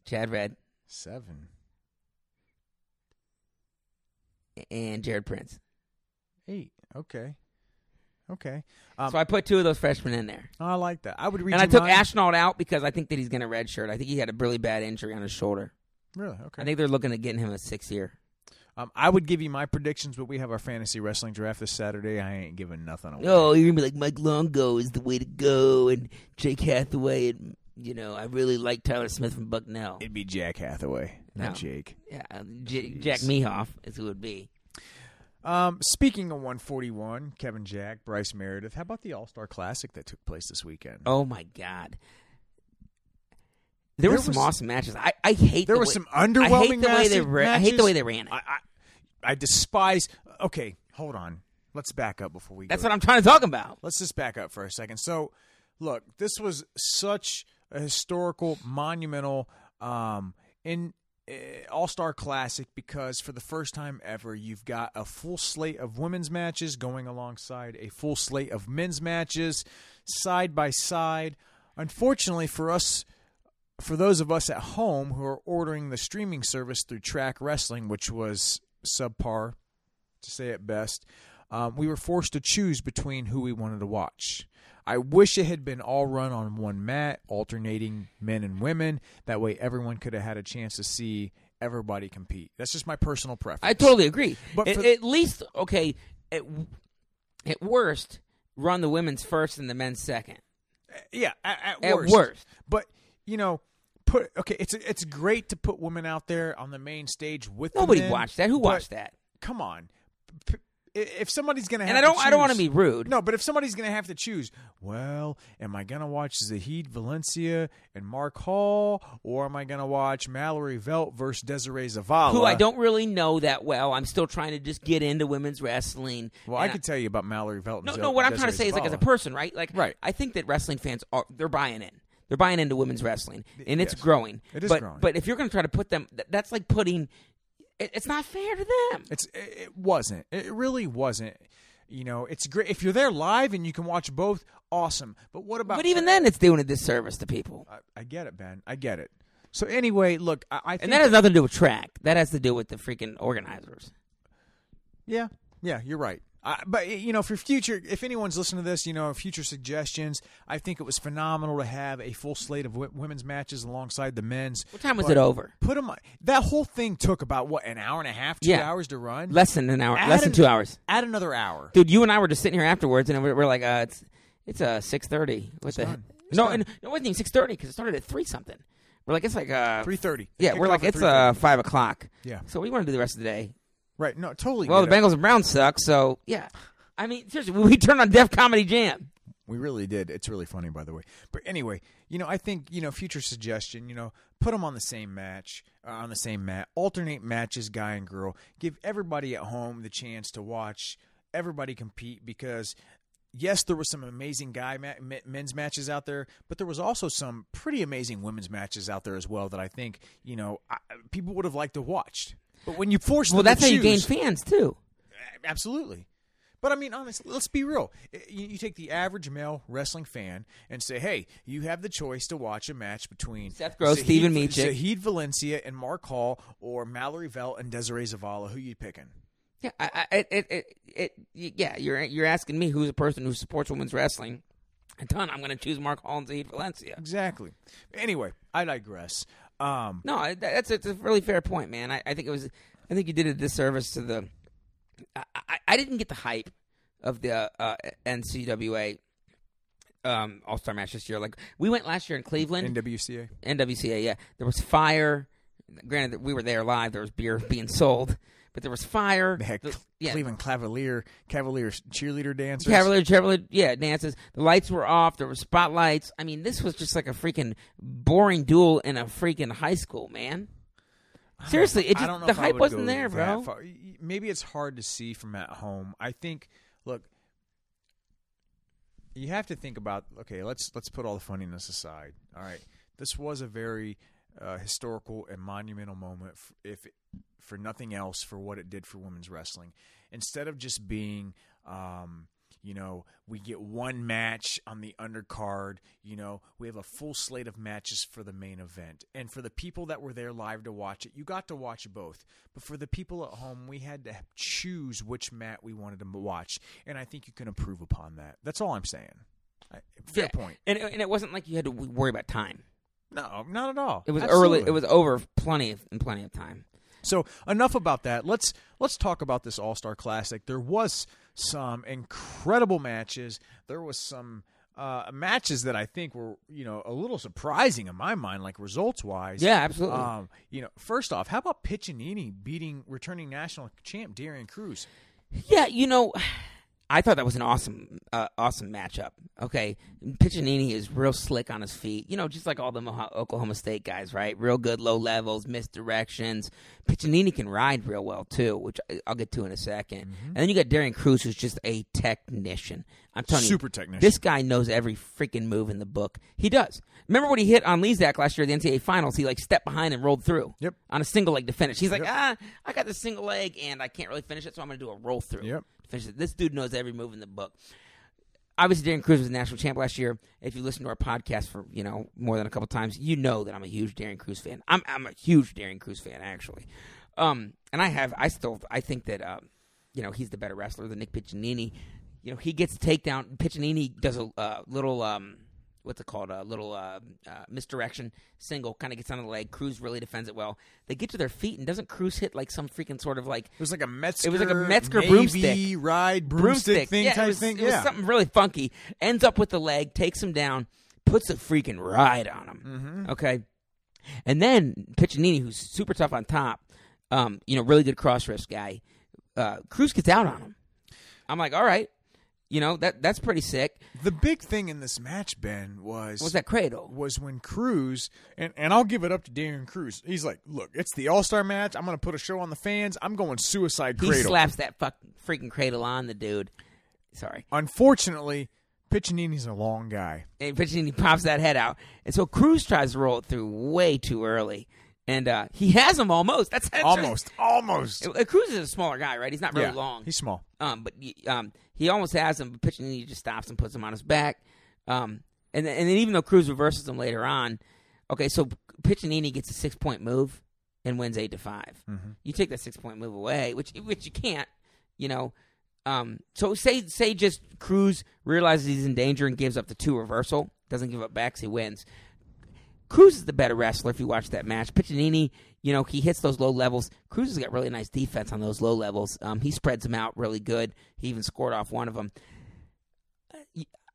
C: Chad Red,
B: seven,
C: and Jared Prince.
B: eight. Okay, okay. Um,
C: so I put two of those freshmen in there.
B: I like that. I would read.
C: And I
B: you
C: took
B: mine.
C: Ashnault out because I think that he's going to redshirt. I think he had a really bad injury on his shoulder.
B: Really?
C: I
B: Okay.
C: think they're looking at getting him a six year.
B: um, I would give you my predictions, but we have our fantasy wrestling draft this Saturday. I ain't giving nothing away.
C: Oh, you're going to be like, Mike Longo is the way to go, and Jake Hathaway, and, you know, I really like Tyler Smith from Bucknell.
B: It'd be Jack Hathaway, not
C: No.
B: Jake.
C: yeah, uh, J- Jack Mehoff is who it would be.
B: Um, speaking of 141, Kevin Jack, Bryce Meredith. How about the All Star Classic that took place this weekend?
C: Oh, my God. There,
B: There
C: were some
B: was-
C: awesome matches. I, I hate
B: there
C: the
B: were
C: way-
B: some
C: I
B: underwhelming
C: hate the way they
B: matches-
C: ra- I hate the way they ran it.
B: I, I, I despise. Okay, hold on. Let's back up before we.
C: That's
B: go
C: what I'm trying to talk about.
B: let's just back up for a second. So, look, this was such a historical, monumental, um, in uh, All Star Classic because for the first time ever, you've got a full slate of women's matches going alongside a full slate of men's matches, side by side. Unfortunately for us. For those of us at home who are ordering the streaming service through Track Wrestling, which was subpar to say it best, um, we were forced to choose between who we wanted to watch. I wish it had been all run on one mat, alternating men and women. That way, everyone could have had a chance to see everybody compete. That's just my personal preference.
C: I totally agree.
B: But
C: But
B: for-
C: at, least, okay, at, at worst, run the women's first and the men's second.
B: yeah, at,
C: At worst.
B: But you know, put okay. It's it's great to put women out there on the main stage with the
C: Nobody
B: men,
C: watched that. Who
B: but
C: watched that?
B: Come on. P- If somebody's gonna, have
C: And I don't.
B: to
C: I don't want to
B: choose-
C: be rude.
B: No, but if somebody's going to have to choose, well, am I going to watch Zahid Valencia and Mark Hall, or am I going to watch Mallory Velt versus Desiree Zavala?
C: Who I don't really know that well. I'm still trying to just get into women's wrestling.
B: Well, I
C: And
B: could tell you about Mallory Velt. and
C: No,
B: Zo-
C: no. What I'm trying to
B: Desiree
C: say is, like, as a
B: Zavala.
C: person, right? Like,
B: Right.
C: I think that wrestling fans are they're buying in. They're buying into women's wrestling, and it's
B: yes.
C: growing.
B: It is
C: but,
B: growing.
C: But if you're going to try to put them, th- that's like putting. It, it's not fair to them.
B: It's it it wasn't. It really wasn't. You know, it's great if you're there live and you can watch both. Awesome. But what about?
C: But even then, it's doing a disservice to people.
B: I, I get it, Ben. I get it. So anyway, look, I, I think
C: And that has nothing to do with track. That has to do with the freaking organizers.
B: Yeah, yeah, you're right. I, but you know, for future, if anyone's listening to this, you know, future suggestions, I think it was phenomenal to have a full slate of w- women's matches alongside the men's.
C: What time was
B: But
C: it over?
B: Put them. That whole thing took about what an hour and a half, two
C: Yeah.
B: hours to run.
C: Less than an hour.
B: Add
C: less than
B: an-
C: two hours.
B: Add another hour.
C: Dude, you and I were just sitting here afterwards, and we're, we're like, uh, it's it's uh six thirty. What the?
B: done. It's
C: no,
B: done.
C: and, no, it wasn't even six thirty because it started at three something. We're like, it's like uh
B: Three thirty.
C: Yeah, we're like it's uh five o'clock.
B: Yeah.
C: So we want to do the rest of the day.
B: Right. No, totally.
C: Well,
B: get
C: the
B: it.
C: Bengals and Browns suck, so yeah. I mean, seriously, we turned on Def Comedy Jam.
B: We really did. It's really funny, by the way. But anyway, you know, I think you know, future suggestion. You know, put them on the same match, uh, on the same mat, alternate matches, guy and girl. Give everybody at home the chance to watch everybody compete because. Yes, there was some amazing guy ma- men- men's matches out there, but there was also some pretty amazing women's matches out there as well that I think you know I, people would have liked to watch. But when you force
C: Well,
B: them
C: that's
B: to
C: how you gain
B: choose-
C: fans too.
B: Absolutely. But I mean, honestly, let's be real. I- You, you take the average male wrestling fan and say, "Hey, you have the choice to watch a match between
C: Seth Gross,
B: Zahid-
C: Steven Miocic."
B: Zahid Valencia, and Mark Hall, or Mallory Vell and Desiree Zavala. Who you picking?"
C: Yeah, I, I, it, it, it, it, y- yeah. You're you're asking me who's a person who supports women's wrestling a ton. I'm going to choose Mark Hall and Zaid Valencia.
B: Exactly. Anyway, I digress. Um,
C: No, I- that- that's a, it's a really fair point, man. I, I think it was. I think you did a disservice to the. I, I, I didn't get the hype of the uh, NCWA um, All Star match this year. Like we went last year in Cleveland.
B: NWCA.
C: NWCA, yeah. There was fire. Granted, we were there live. There was beer being sold, but there was fire.
B: They had
C: The-
B: Cle-
C: yeah,
B: Cleveland Cavalier Cavaliers cheerleader dancers.
C: Cavalier, Cavalier, yeah, dances. The lights were off. There were spotlights. I mean, this was just like a freaking boring duel in a freaking high school, man. Seriously, it
B: I
C: just,
B: don't know
C: the
B: if I
C: hype
B: would
C: wasn't
B: go
C: there,
B: that
C: bro.
B: far. Y- y- Maybe it's hard to see from at home. I think. Look, you have to think about. Okay, let's let's put all the funniness aside. All right, this was a very uh, historical and monumental moment. f if for nothing else, for what it did for women's wrestling, instead of just being. Um, you know, we get one match on the undercard. You know, we have a full slate of matches for the main event. And for the people that were there live to watch it, you got to watch both. But for the people at home, we had to choose which mat we wanted to m- watch. And I think you can improve upon that. That's all I'm saying. I- Fair
C: Yeah.
B: point.
C: And it, and it wasn't like you had to w- worry about time.
B: No, not at all.
C: It was
B: Absolutely.
C: early. It was over plenty of, in plenty of time.
B: So enough about that. Let's let's talk about this All Star Classic. There was some incredible matches. There was some uh, matches that I think were you know a little surprising in my mind, like results wise.
C: Yeah, absolutely.
B: Um, you know, first off, how about Piccinini beating returning national champ Darian Cruz?
C: Yeah, you know, I thought that was an awesome, uh, awesome matchup. Okay, Piccinini is real slick on his feet. You know, just like all the Moha- Oklahoma State guys, right? Real good low levels, misdirections. Piccinini can ride real well too, which I- I'll get to in a 2nd
B: Mm-hmm.
C: And then you got Darian Cruz, who's just a technician. I'm telling you,
B: Super technician.
C: This guy knows every freaking move in the book. He does. Remember when he hit on Lezak last year at the NCAA finals? He like stepped behind and rolled through.
B: Yep.
C: On a single leg to finish. He's like, ah, I got the single leg and I can't really finish it, so I'm going to do a roll through.
B: Yep.
C: Finish it. This dude knows every move in the book. Obviously, Darren Cruz was a national champ last year. If you listen to our podcast for you know more than a couple times, you know that I'm a huge Darren Cruz fan. I'm I'm a huge Darren Cruz fan actually, um, and I have I still I think that um, you know he's the better wrestler than Nick Piccinini. You know he gets takedown. Piccinini does a uh, little um, what's it called a little uh, uh, misdirection single kind of gets on the leg cruz really defends it well they get to their feet and doesn't cruz hit like some freaking sort of like
B: It was like a Metzger.
C: was like a Metzger
B: Navy
C: broomstick.
B: ride broomstick, thing
C: yeah,
B: type
C: it was,
B: thing.
C: it was
B: yeah,
C: something really funky ends up with the leg takes him down puts a freaking ride on him
B: Mm-hmm.
C: okay and then Piccinini, who's super tough on top um, you know really good cross wrist guy uh, cruz gets out on him i'm like all right you know that that's pretty sick
B: the big thing in this match, Ben, was
C: was that cradle
B: was when Cruz and, and I'll give it up to Darren Cruz. He's like, look, it's the All Star match. I'm going to put a show on the fans. I'm going Suicide
C: he
B: Cradle.
C: slaps that fuck, freaking cradle on the dude sorry
B: Unfortunately, Piccinini's a long guy.
C: and Piccinini pops that head out. And so Cruz tries to roll it through way too early. And uh, he has him almost. That's, that's
B: Almost, almost.
C: Uh, Cruz is a smaller guy, right? He's not really
B: yeah,
C: long.
B: He's small.
C: Um, but he- um, he almost has him, but Piccinini just stops and puts him on his back. Um, and then, and then even though Cruz reverses him later on, okay, so Piccinini gets a six point move and wins eight to 5
B: Mm-hmm.
C: You take that six point move away, which which you can't, you know. Um, so say say just Cruz realizes he's in danger and gives up the two reversal, doesn't give up backs, he wins. Cruz is the better wrestler if you watch that match. Piccinini, you know, he hits those low levels. Cruz has got really nice defense on those low levels. Um, he spreads them out really good. He even scored off one of them.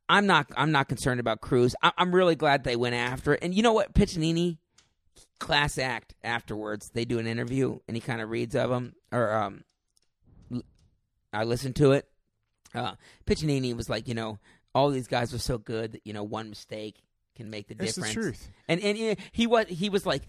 C: I'm not. I'm not concerned about Cruz. I, I'm really glad they went after it. And you know what, Piccinini, class act. Afterwards, they do an interview and he kind of reads of them. Or um, l- I listened to it uh, Piccinini was like, you know, all these guys were so good that you know one mistake can make the
B: It's the
C: difference.
B: truth.
C: And and uh, he was he was like,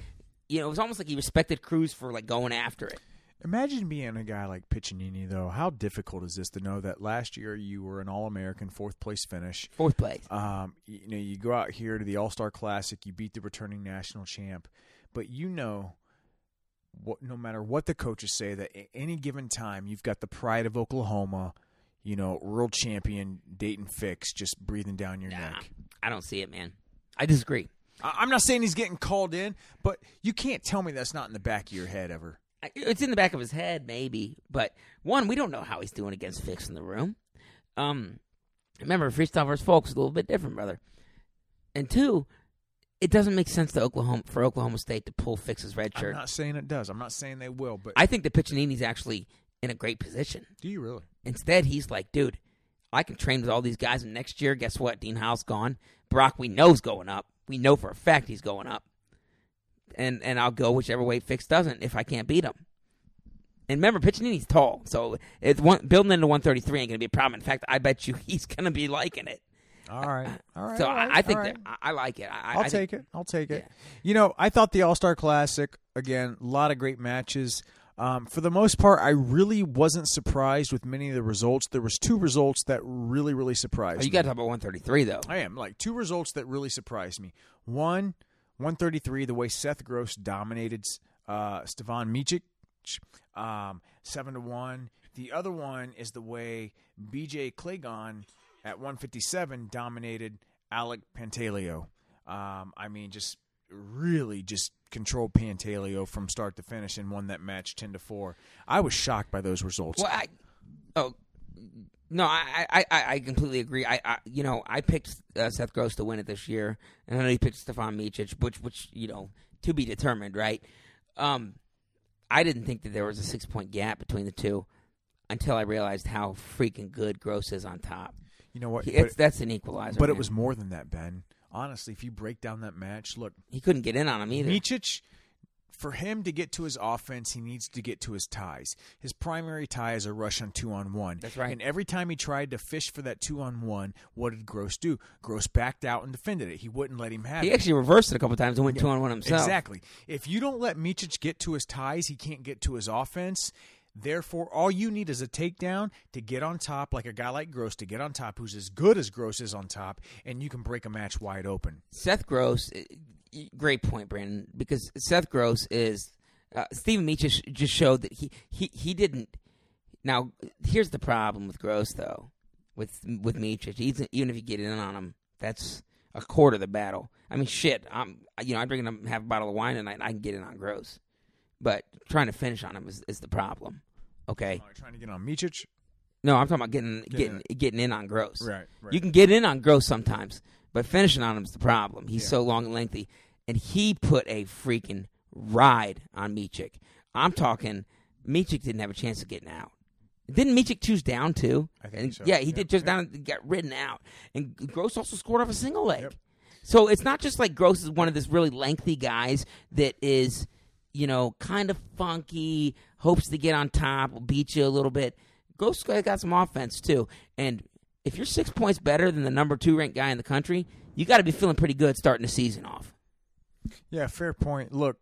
C: you know, it was almost like he respected Cruz for like going after it.
B: Imagine being a guy like Piccinini, though. How difficult is this to know that last year you were an All American fourth place finish?
C: Fourth place.
B: Um, you, you know, you go out here to the All Star Classic, you beat the returning national champ, but you know, what no matter what the coaches say, that at any given time you've got the pride of Oklahoma, you know, world champion Dayton Fix just breathing down your
C: Nah,
B: neck.
C: I don't see it, man. I disagree.
B: I, I'm not saying he's getting called in, but you can't tell me that's not in the back of your head ever.
C: I- It's in the back of his head, maybe, but one, we don't know how he's doing against Fix in the room. Um, remember, freestyle versus folks is a little bit different, brother. And two, it doesn't make sense to Oklahoma for Oklahoma State to pull Fix's red
B: I'm
C: shirt.
B: not saying it does. I'm not saying they will, but
C: I think that Piccinini's actually in a great position.
B: do you really?
C: Instead, he's like, dude, I can train with all these guys, and next year, guess what? Dean Howell's gone. Brock, we know's going up. We know for a fact he's going up. And and I'll go whichever way Fix doesn't if I can't beat him. And remember, Piccinini's tall, so it's one, building into 133 ain't going to be a problem. In fact, I bet you he's going to be liking it.
B: All right, all right.
C: so
B: all right,
C: I, I think
B: all right.
C: that I, I like it. I,
B: I'll
C: I think,
B: take it. I'll take it.
C: Yeah.
B: You know, I thought the All Star Classic again, a lot of great matches. Um, for the most part, I really wasn't surprised with many of the results. There was two results that really, really surprised
C: Oh, you
B: me.
C: got to talk about 133 though.
B: I am like two results that really surprised me. One, one thirty three, the way Seth Gross dominated uh, Stevan Mijic, um, seven to one. The other one is the way B.J. Clagon at one fifty seven dominated Alec Pantaleo. Um, I mean, just really just controlled Pantaleo from start to finish and won that match ten to four. I was shocked by those results.
C: Well, I oh no, I I, I, I completely agree. I, I you know I picked uh, Seth Gross to win it this year, and I know he picked Stefan Micic, which which you know to be determined, right? Um, I didn't think that there was a six point gap between the two until I realized how freaking good Gross is on top.
B: You know what?
C: He-
B: But-
C: it's, that's an equalizer,
B: but it
C: man.
B: was more than that, Ben. Honestly, if you break down that match, look,
C: he couldn't get in on him either.
B: Micic, for him to get to his offense, he needs to get to his ties. His primary tie is a rush on two on one.
C: That's right.
B: And every time he tried to fish for that two on one, what did Gross do? Gross backed out and defended it. He wouldn't let him have
C: he
B: it.
C: actually reversed it a couple times and went two on one himself.
B: Exactly. If you don't let Micic get to his ties, he can't get to his offense. Therefore, all you need is a takedown to get on top, like a guy like Gross to get on top, who's as good as Gross is on top, and you can break a match wide open.
C: Seth Gross, eh, eh, great point, Brandon, because Seth Gross is uh, Stephen Meach just, just showed that he, he he didn't. Now here's the problem with Gross though, with with Meach, he's, even if you get in on him, that's a quarter of the battle. I mean, shit, I'm you know I'm drinking a half a bottle of wine tonight, and I can get in on Gross, but trying to finish on him is, is the problem. Okay,
B: All right, trying to get on Micic.
C: no, I'm talking about getting
B: Getting
C: getting getting in on Gross.
B: Right, right.
C: You can get in on Gross sometimes, but finishing on him is the problem. He's so long and lengthy, and he put a freaking ride on Michik. I'm talking Michik didn't have a chance of getting out. Didn't Michik choose down too?
B: I think
C: And-
B: so.
C: Yeah, he
B: Yep,
C: did choose
B: yep.
C: down and got ridden out. And Gross also scored off a single leg.
B: Yep.
C: So it's not just like Gross is one of these really lengthy guys that is, you know, kind of funky, hopes to get on top, will beat you a little bit. Gross guy got some offense too. And if you're six points better than the number two ranked guy in the country, you got to be feeling pretty good starting the season off.
B: Yeah, fair point. Look,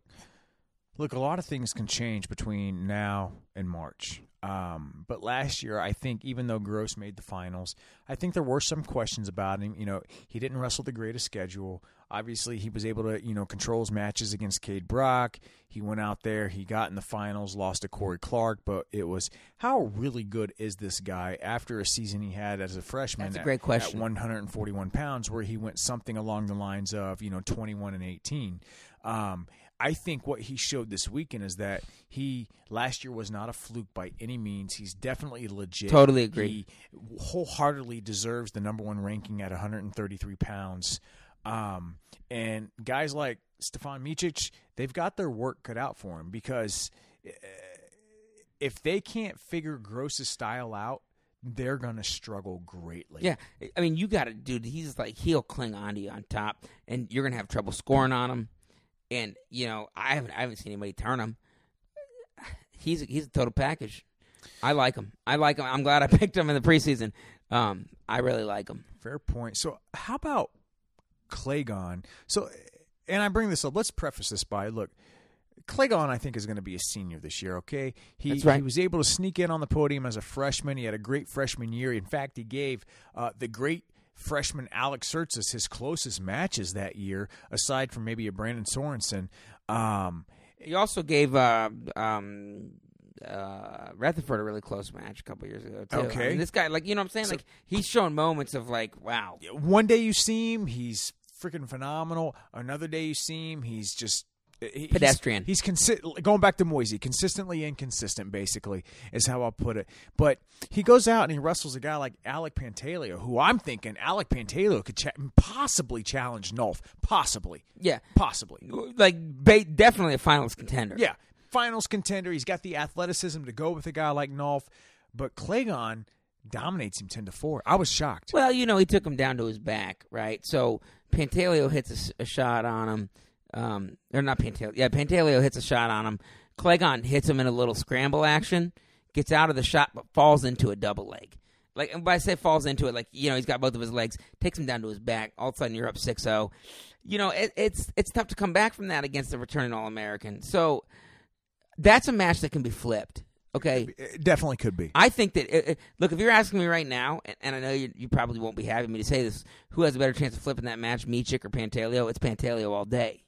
B: look, a lot of things can change between now and March. Um, but last year, I think even though Gross made the finals, I think there were some questions about him. You know, he didn't wrestle the greatest schedule. Obviously, he was able to you know control his matches against Cade Brock. He went out there, he got in the finals, lost to Corey Clark, but it was how really good is this guy after a season he had as a freshman?
C: That's a
B: at-
C: great
B: at
C: question.
B: 141 pounds, where he went something along the lines of, you know, 21 and 18. Um, I think what he showed this weekend is that he last year was not a fluke by any means. He's definitely legit.
C: Totally agree.
B: He wholeheartedly deserves the number one ranking at 133 pounds. Um, and guys like Stefan Micic, they've got their work cut out for him because eh, if they can't figure Gross's style out, they're going to struggle greatly.
C: Yeah, I mean, you got to, dude. He's like he'll cling on to you on top, and you're gonna have trouble scoring on him. And you know, I haven't, I haven't seen anybody turn him. He's he's a total package. I like him. I like him. I'm glad I picked him in the preseason. Um, I really like him.
B: Fair point. So how about Clagon? So, and I bring this up. Let's preface this by look. Clagon, I think, is going to be a senior this year. Okay, he
C: That's right.
B: he was able to sneak in on the podium as a freshman. He had a great freshman year. In fact, he gave uh, the great freshman Alex Sertzis his closest matches that year, aside from maybe a Brandon Sorensen. Um,
C: He also gave uh, um, uh, Rutherford a really close match a couple years ago. Too. I
B: Okay.
C: mean, this guy, like you know, what I'm saying, like he's shown moments of like, wow,
B: one day you see him, he's freaking phenomenal. Another day you see him, he's just he- he's-
C: Pedestrian.
B: He's, consi- going back to Moisey, consistently inconsistent, basically, is how I'll put it. But he goes out and he wrestles a guy like Alec Pantaleo, who I'm thinking Alec Pantaleo could cha- possibly challenge Nolf, possibly,
C: yeah,
B: possibly,
C: like ba- definitely a finals contender.
B: yeah, finals contender. He's got the athleticism to go with a guy like Nolf, but Clagon dominates him ten to four. I was shocked.
C: Well, you know, he took him down to his back, right? So Pantaleo hits a s- a, shot on him. Um, or not Pantaleo. Yeah, Pantaleo hits a shot on him. Clegon hits him in a little scramble action, gets out of the shot, but falls into a double leg. Like, and by I say falls into it, like, you know, he's got both of his legs, takes him down to his back. All of a sudden, you're up 6 0. You know, it, it's, it's tough to come back from that against a returning All American. So that's a match that can be flipped. Okay.
B: It definitely could be.
C: I think that it, it- look, if you're asking me right now, and, and I know you, you probably won't be having me to say this, who has a better chance of flipping that match, Michik or Pantaleo? It's Pantaleo all day.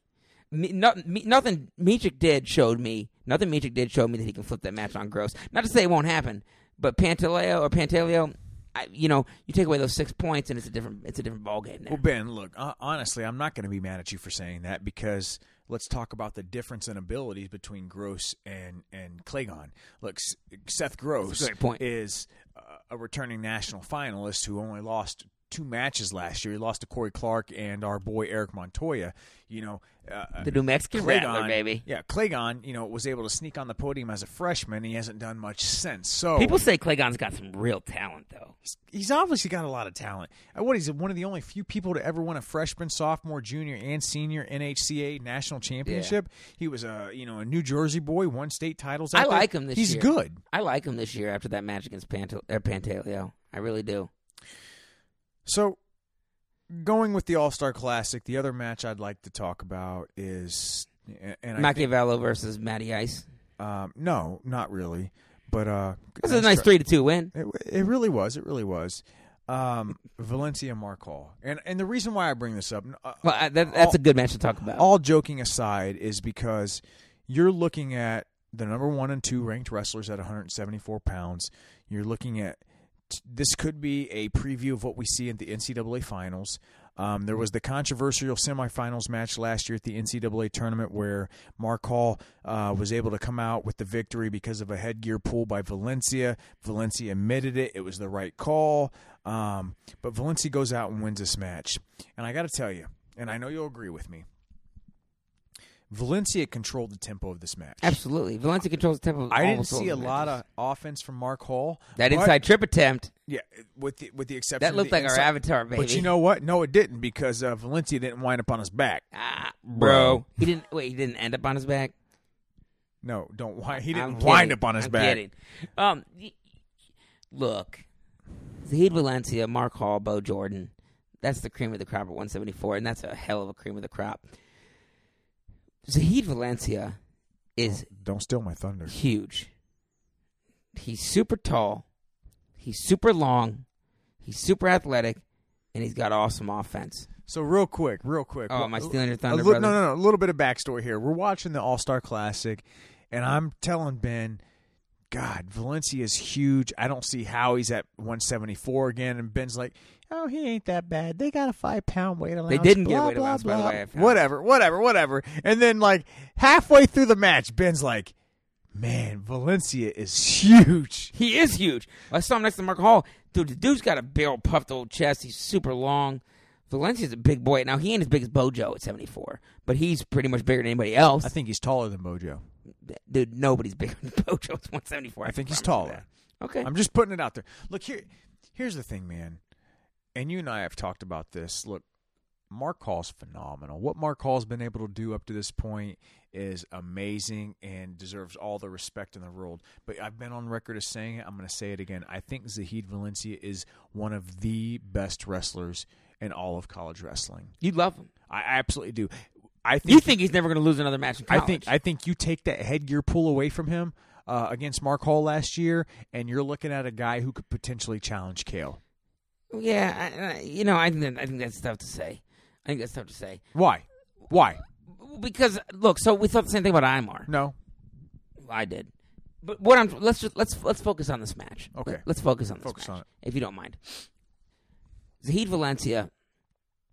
C: Me, no, me, nothing Michik did showed me. Nothing Michik did showed me that he can flip that match on Gross. Not to say it won't happen, but Pantaleo or Pantaleo, I, you know, you take away those six points, and it's a different it's a different ball game. There.
B: Well, Ben, look, uh, honestly, I'm not going to be mad at you for saying that because let's talk about the difference in abilities between Gross and and Clagon. Look, S- Seth Gross
C: That's a great point.
B: is uh, a returning national finalist who only lost two matches last year. He lost to Corey Clark and our boy Eric Montoya. You know, uh,
C: the New Mexican Rattler, baby.
B: Yeah, Clagon, you know, was able to sneak on the podium as a freshman. He hasn't done much since. So
C: People say Claygon's got some real talent, though.
B: he's obviously got a lot of talent. Uh, What he's one of the only few people to ever win a freshman, sophomore, junior, and senior NHCA national championship. He was a you know a New Jersey boy, won state titles.
C: I
B: out there.
C: like him this
B: he's
C: year.
B: good.
C: I like him this year after that match against Pantal- uh, Pantaleo. I really do.
B: So going with the All Star Classic, the other match I'd like to talk about is and- and I think,
C: Machiavello versus Matty Ice.
B: um, no, not really, but uh,
C: This is a nice
B: try.
C: three to two win.
B: It, it really was. It really was. Um, Valencia Marcall, and and the reason why I bring this up, uh,
C: Well, I, that, that's a good match to talk about.
B: all joking aside, is because you're looking at the number one and two ranked wrestlers at 174 pounds. You're looking at this could be a preview of what we see at the NCAA finals. Um, there was the controversial semifinals match last year at the NCAA tournament where Mark Hall uh, was able to come out with the victory because of a headgear pull by Valencia. Valencia admitted it; it was the right call. Um, but Valencia goes out and wins this match. And I got to tell you, and I know you'll agree with me, Valencia controlled the tempo of this match.
C: Absolutely, Valencia controls the tempo. of
B: I didn't
C: almost all
B: see a
C: the
B: lot
C: matches.
B: of offense from Mark Hall.
C: that
B: but-
C: inside trip attempt.
B: yeah, with the with the exception
C: That
B: of
C: looked
B: the
C: like our
B: inside-
C: avatar, baby.
B: But you know what? No, it didn't because uh, Valencia didn't wind up on his back.
C: ah, bro, he didn't. Wait, he didn't end up on his back.
B: No, don't wind. He
C: I'm
B: didn't
C: kidding.
B: wind up on his
C: I'm
B: back.
C: kidding. Um, y- look, Zahid Valencia, Mark Hall, Bo Jordan. That's the cream of the crop at 174, and that's a hell of a cream of the crop. Zahid Valencia is
B: Don't steal my thunder.
C: huge. He's super tall. He's super long. He's super athletic, and he's got awesome offense.
B: So real quick, real quick.
C: Oh, am I stealing your thunder,
B: a li-
C: brother?
B: uh, No, no, no. A little bit of backstory here. We're watching the All Star Classic, and I'm telling Ben, God, Valencia is huge. I don't see how he's at 174 again. And Ben's like, Oh, he ain't that bad. They got a five pound weight allowance.
C: didn't get
B: blah,
C: a weight
B: blah,
C: allowance, by
B: blah.
C: the way, I found.
B: Whatever, whatever, whatever. And then like halfway through the match, Ben's like, Man, Valencia is huge.
C: He is huge. I saw him next to Mark Hall. Dude, the dude's got a barrel puffed old chest. He's super long. Valencia's a big boy. Now he ain't as big as Bojo at 74, but he's pretty much bigger than anybody else.
B: I think he's taller than Mojo.
C: Dude, nobody's bigger than Bojo at 174.
B: I think
C: can
B: he's
C: promise you
B: taller.
C: that. Okay.
B: I'm just putting it out there. Look here. Here's the thing, man. And you and I have talked about this. Look, Mark Hall's phenomenal. What Mark Hall's been able to do up to this point is amazing and deserves all the respect in the world. But I've been on record as saying it. I'm going to say it again. I think Zahid Valencia is one of the best wrestlers in all of college wrestling.
C: You love him.
B: I absolutely do. I think
C: You think he's never going to lose another match in college?
B: I think I think you take that headgear pull away from him uh, against Mark Hall last year, and you're looking at a guy who could potentially challenge Kale.
C: yeah, I, I- you know, I think that, I think that's tough to say. I think that's tough to say
B: Why? Why?
C: because look, so we thought the same thing about Imar.
B: No.
C: I did. But what I'm let's just let's let's focus on this match.
B: Okay.
C: Let- Let's focus on this
B: Focus
C: match,
B: on it.
C: if you don't mind. Zahid Valencia,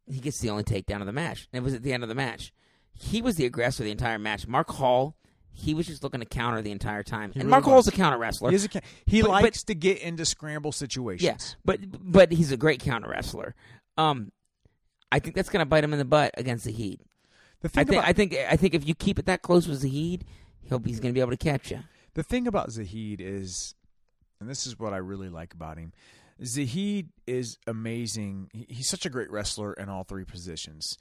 C: he gets the only takedown of the match, and it was at the end of the match. He was the aggressor the entire match. Mark Hall, he was just looking to counter the entire time. and
B: really
C: Mark Hall's a
B: was.
C: counter wrestler.
B: He, is a, ca- he
C: But- but-
B: likes to get into scramble situations.
C: Yeah, but but he's a great counter wrestler. Um, I think that's gonna bite him in the butt against the Heat.
B: The thing
C: I think
B: about
C: I think I think if you keep it that close with the Heat, he'll he's gonna be able to catch you.
B: The thing about Zahid is, and this is what I really like about him. Zahid is amazing. He- He's such a great wrestler in all three positions.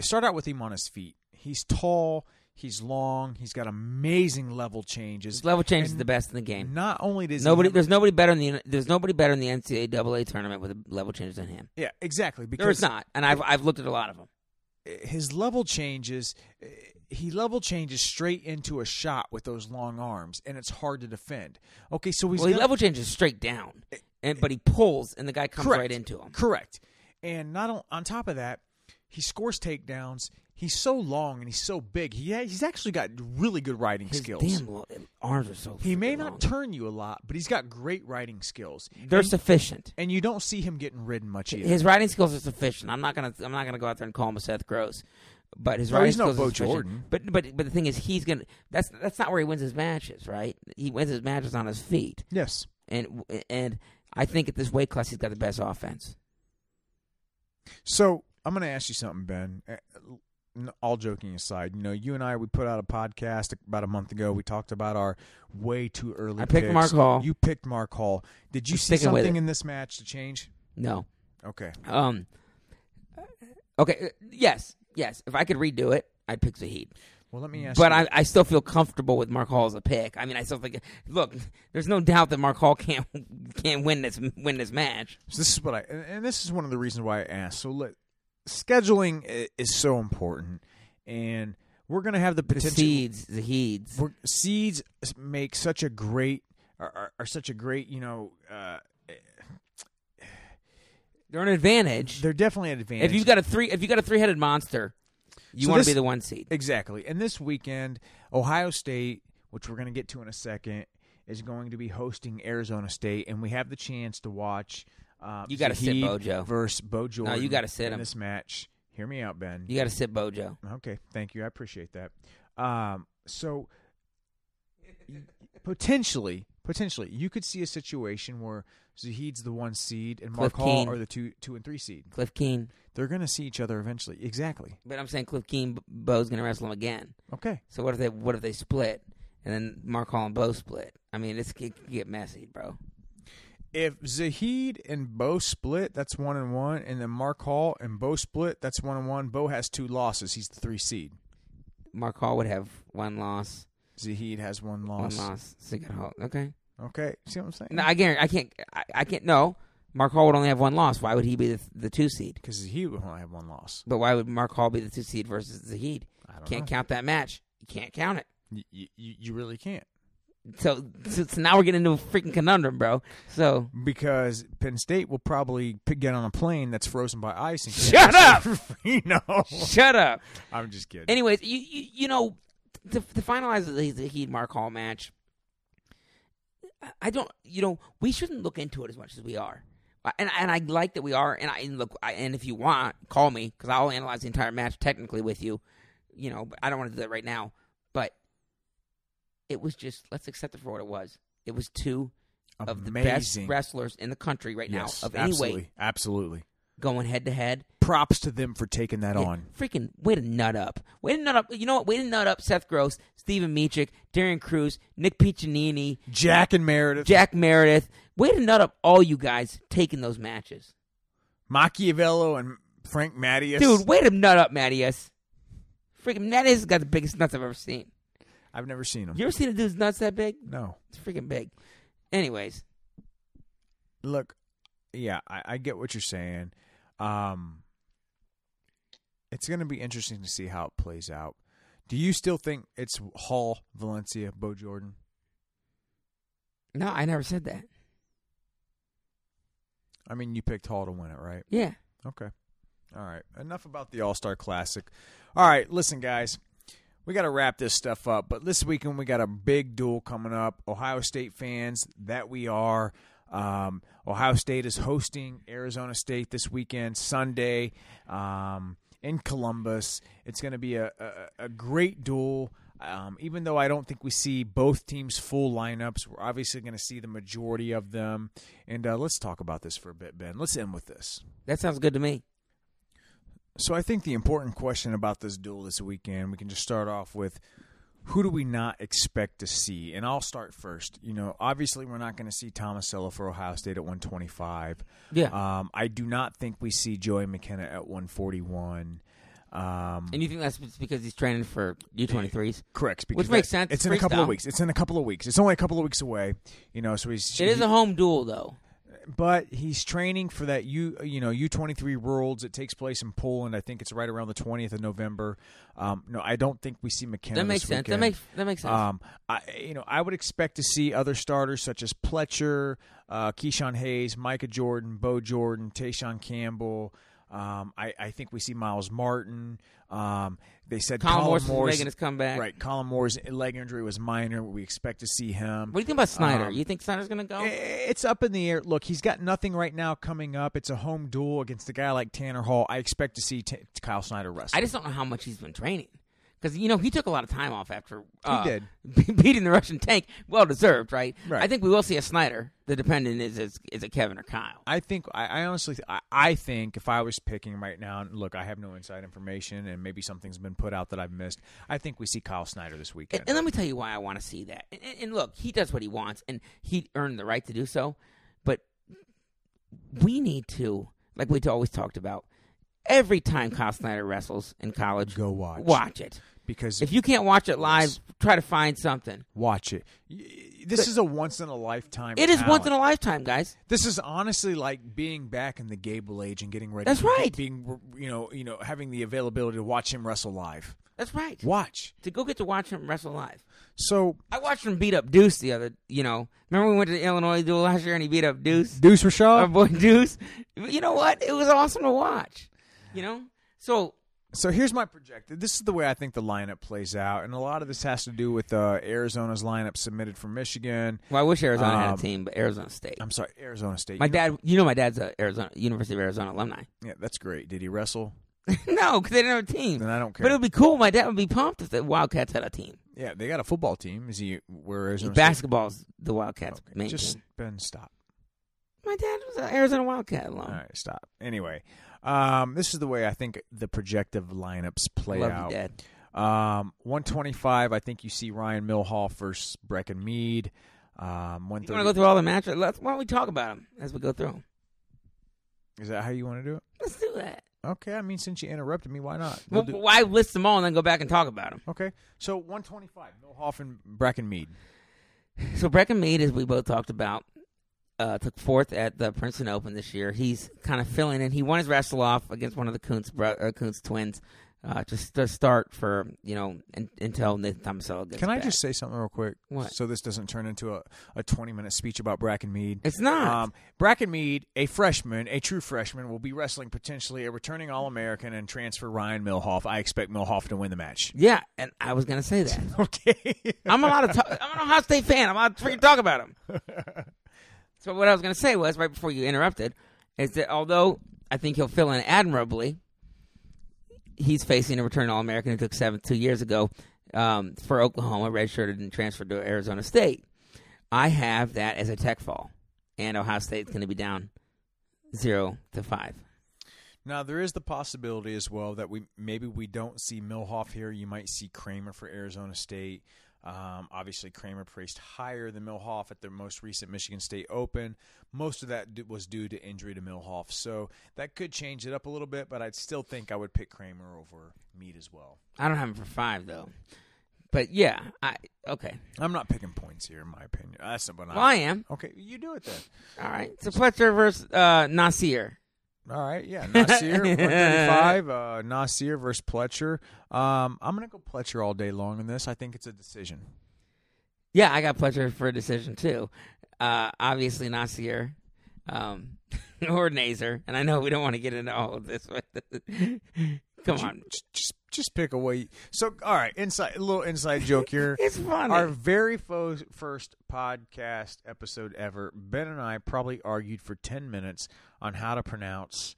B: Start out with him on his feet. He's tall. He's long. He's got amazing level changes.
C: His level change is
B: And
C: the best in the game.
B: Not only does he
C: Nobody,
B: have-
C: there's nobody better in the there's nobody better in the NCAA tournament with a level change than him.
B: yeah, exactly. Because
C: There is not, and I've I've looked at a lot of them.
B: his level changes eh, he level changes straight into a shot with those long arms and it's hard to defend okay so he's
C: Well, he
B: gonna-
C: level changes straight down, and but he pulls, and the guy comes
B: correct
C: right into him.
B: correct and not on, on top of that he scores takedowns he's so long and he's so big he ha- he's actually got really good riding
C: His
B: skills
C: damn lo- arms are so.
B: he may
C: freaking
B: not
C: long.
B: turn you a lot but he's got great riding skills
C: They're sufficient.
B: and you don't see him getting ridden much either
C: His riding skills are sufficient. I'm not gonna I'm not gonna go out there and call him a Seth Gross, but his
B: No,
C: riding
B: he's no
C: skills
B: Bo
C: are sufficient.
B: Jordan.
C: But but but the thing is, he's gonna that's that's not where he wins his matches, right? He wins his matches on his feet,
B: yes
C: and and I think at this weight class he's got the best offense.
B: So I'm going to ask you something, Ben. Uh, n- All joking aside, you know, you and I we put out a podcast about a month ago. We talked about our way too early.
C: I picked
B: picks.
C: Mark Hall.
B: You picked Mark Hall. Did you
C: I'm
B: see
C: sticking with
B: something
C: it.
B: in this match to change?
C: No,
B: Okay,
C: Um. Okay. uh, Yes. Yes. If I could redo it, I'd pick Zahid.
B: well let me ask.
C: But
B: you-
C: I, I still feel comfortable with Mark Hall as a pick. I mean, I still think. Look, there's no doubt that Mark Hall can't can't win this win this match.
B: So this is what I, and and this is one of the reasons why I asked. So let, scheduling i- is so important, and we're going to have the
C: The
B: potential.
C: seeds, the heeds.
B: we're, seeds make such a great are, are, are such a great you know uh,
C: They're an advantage.
B: they're definitely an advantage.
C: If you've got a three, if you got a three headed monster, you
B: So
C: want
B: this-
C: to be the one seed.
B: Exactly. And this weekend, Ohio State, which we're going to get to in a second, is going to be hosting Arizona State, and we have the chance to watch. Uh,
C: You gotta sit
B: Zahid
C: Bojo.
B: versus Bo Jordan.
C: gotta sit
B: in
C: him.
B: this match. Hear me out, Ben.
C: You got to sit Bojo.
B: Okay, thank you. I appreciate that. Um, so potentially, potentially, you could see a situation where Zahid's the one seed and Mark
C: Cliff
B: Hall
C: Keen.
B: are the two, two and three seed.
C: Cliff Keen,
B: They're going to see each other eventually. Exactly.
C: but I'm saying Cliff Keen, Bo's going to wrestle him again.
B: Okay.
C: So what if they what if they split and then Mark Hall and Bo split? I mean, it's it could get messy, bro.
B: if Zahid and Bo split, that's one and one, and then Mark Hall and Bo split, that's one and one. Bo has two losses. He's the three seed.
C: Mark Hall would have one loss,
B: Zahid has one loss.
C: one loss. Second Hall, okay.
B: Okay, see what I'm saying?
C: No, I guarantee I can't. I, I can't. No, Mark Hall would only have one loss. Why would he be the the two seed?
B: Because Zahid will only have one loss.
C: But why would Mark Hall be the two seed versus Zahid?
B: I don't
C: Can't
B: know.
C: count that match. You can't count it.
B: Y- y- you, you really can't
C: So, so, so now we're getting into a freaking conundrum, bro. So
B: because Penn State will probably p- get on a plane that's frozen by ice. And
C: Shut
B: You know,
C: shut up.
B: I'm just kidding.
C: Anyways, you you, you know, to, to finalize the, the Heat Mark Hall match, I- I don't. You know, we shouldn't look into it as much as we are. I- And and I like that we are. And I and look. I, and if you want, call me because I'll analyze the entire match technically with you. You know, but I don't want to do that right now. But it was just let's accept it for what it was. It was two of the best
B: Amazing.
C: wrestlers in the country right
B: yes,
C: now of any
B: absolutely,
C: weight
B: absolutely.
C: going head to head.
B: Props to them for taking that
C: Yeah,
B: on.
C: Freaking way to nut up. Way to nut up. You know what? Way to nut up Seth Gross, Stephen Michik, Darian Cruz, Nick Piccinini,
B: Jack and Meredith,
C: Jack Meredith. Way to nut up all you guys taking those matches.
B: Machiavello, and Frank Mattias.
C: Dude, wait a nut up, Mattias. Freaking Mattias has got the biggest nuts I've ever seen.
B: I've never seen him.
C: You ever seen a dude's nuts that big?
B: No.
C: It's freaking big. Anyways,
B: Look, yeah, I, I get what you're saying. Um, it's going to be interesting to see how it plays out. Do you still think it's Hall, Valencia, Bo Jordan?
C: no, I never said that.
B: I mean, you picked Hall to win it, right?
C: Yeah.
B: Okay. All right. Enough about the All Star Classic. All right. Listen, guys, we got to wrap this stuff up. But this weekend, we got a big duel coming up. Ohio State fans, that we are. Um, Ohio State is hosting Arizona State this weekend, Sunday, um, in Columbus. It's going to be a, a, a great duel. Um, even though I don't think we see both teams' full lineups, we're obviously going to see the majority of them. And uh, let's talk about this for a bit, Ben. Let's end with this.
C: That sounds good to me.
B: So I think the important question about this duel this weekend, we can just start off with who do we not expect to see? And I'll start first. You know, obviously we're not going to see Tomasello for Ohio State at 125.
C: Yeah.
B: Um, I do not think we see Joey McKenna at 141. Um,
C: and you think that's because he's training for U23s?
B: correct,
C: Which makes sense,
B: It's in a couple of
C: freestyle.
B: weeks. It's in a couple of weeks. It's only a couple of weeks away. You know, so he's
C: It is a home duel, though.
B: but he's training for that U you know U twenty three Worlds. It takes place in Poland. I think it's right around the twentieth of November. Um, no, I don't think we see McKenna.
C: That makes
B: this
C: sense.
B: weekend.
C: That makes that makes sense.
B: Um, I you know I would expect to see other starters such as Pletcher, uh, Keyshawn Hayes, Micah Jordan, Bo Jordan, Tayshawn Campbell. Um, I, I think we see Miles Martin. Um, they said
C: Colin
B: Colin
C: Morrison's
B: Moore's-
C: making his comeback.
B: Right, Colin Moore's leg injury was minor. We expect to see him.
C: What do you think about Snyder?
B: Um,
C: you think Snyder's going to go?
B: It's up in the air. Look, he's got nothing right now coming up. It's a home duel against a guy like Tanner Hall. I expect to see Ta Kyle Snyder wrestle.
C: I just don't know how much he's been training. Because, you know, he took a lot of time off after uh,
B: did.
C: be- beating the Russian tank. Well deserved, right?
B: Right.
C: I think we will see a Snyder. The dependent is is, is a Kevin or Kyle.
B: I think I, I honestly I, I think if I was picking right now, and look, I have no inside information, and maybe something's been put out that I've missed. I think we see Kyle Snyder this
C: And,
B: weekend.
C: and let me tell you why I want to see that. And, and- and look, he does what he wants, and he earned the right to do so. But we need to, like we always talked about, every time Kyle Snyder wrestles in college,
B: Go watch.
C: Watch it.
B: because
C: If you can't watch it live, try to find something.
B: watch it. Y- This is a once in a lifetime.
C: It is once in
B: talent.
C: a lifetime, guys.
B: This is honestly like being back in the Gable age and getting ready.
C: That's
B: for-
C: right.
B: Being you know you know having the availability to watch him wrestle live.
C: That's right.
B: Watch.
C: To go get to watch him wrestle live.
B: So
C: I watched him beat up Deuce the other. You know, remember we went to the Illinois duel last year and he beat up Deuce,
B: Deuce
C: our
B: Rashaw.
C: boy Deuce. You know what? It was awesome to watch. You know, so
B: So here's my projected. This is the way I think the lineup plays out, and a lot of this has to do with uh, Arizona's lineup submitted from Michigan.
C: well, I wish Arizona had
B: Um,
C: a team, but Arizona State.
B: I'm sorry, Arizona State.
C: my
B: You know-
C: dad, you know, my dad's a Arizona University of Arizona alumni.
B: yeah, that's great. Did he wrestle?
C: no, because they didn't have a team.
B: Then I don't care.
C: But it would be cool. My dad would be pumped if the Wildcats had a team.
B: yeah, they got a football team. Is he where Arizona? State-
C: Basketball's the Wildcats'
B: Okay,
C: main
B: Just
C: team.
B: Ben, stop.
C: My dad was an Arizona Wildcat alum.
B: All right, stop. Anyway, um, this is the way I think the projective lineups play
C: Love
B: out.
C: you, Dad.
B: Um, 125. I think you see Ryan Milhall versus Brecken Mead. Um,
C: You want to
B: 130.
C: go through all the matches? Let's, why don't we talk about them as we go through 'em?
B: is that how you want to do it?
C: Let's do that.
B: Okay, I mean, since you interrupted me, why not? We'll
C: Well,
B: do-
C: why list them all and then go back and talk about them?
B: okay, so 125, Milhoff and Bracken Mead.
C: So Brecken Mead, as we both talked about, uh, took fourth at the Princeton Open this year. He's kind of filling in. He won his wrestle off against one of the Coons, bro- uh, Coons twins, uh, just to start for you know un until Nathan Tomasello gets
B: Can I
C: back.
B: just say something real quick?
C: What?
B: So this doesn't turn into a, a 20 minute speech about Bracken Mead.
C: It's not.
B: Um, Bracken Mead, a freshman, a true freshman, will be wrestling potentially a returning All American and transfer Ryan Milhoff. I expect Milhoff to win the match.
C: yeah, and I was gonna say that.
B: Okay.
C: I'm allowed to. Talk, I'm an Ohio State fan. I'm allowed to freaking talk about him. so what I was going to say was right before you interrupted, is that although I think he'll fill in admirably, he's facing a return All American who took seventh two years ago um, for Oklahoma, redshirted and transferred to Arizona State. I have that as a tech fall, and Ohio State's going to be down zero to five.
B: Now there is the possibility as well that we maybe we don't see Milhoff here. You might see Kramer for Arizona State. Um, obviously, Kramer priced higher than Milhoff at the most recent Michigan State Open. Most of that d- was due to injury to Milhoff, so that could change it up a little bit. But I'd still think I would pick Kramer over Mead as well.
C: I don't have him for five though. But yeah, I okay.
B: I'm not picking points here, in my opinion. That's not what
C: Well, I
B: I'm.
C: am.
B: Okay, you do it then.
C: All right. So Pletcher versus uh, Nasir.
B: All right, yeah, Nasir 135, uh, Nasir versus Pletcher. Um, I'm gonna go Pletcher all day long in this. I think it's a decision.
C: Yeah, I got Pletcher for a decision too. Uh, obviously Nasir. Um, or Nazer, and I know we don't want to get into all of this. But come on,
B: Just, just, just pick away. So, all right, inside a little inside joke here.
C: it's funny.
B: Our very fo- first podcast episode ever. Ben and I probably argued for 10 minutes on how to pronounce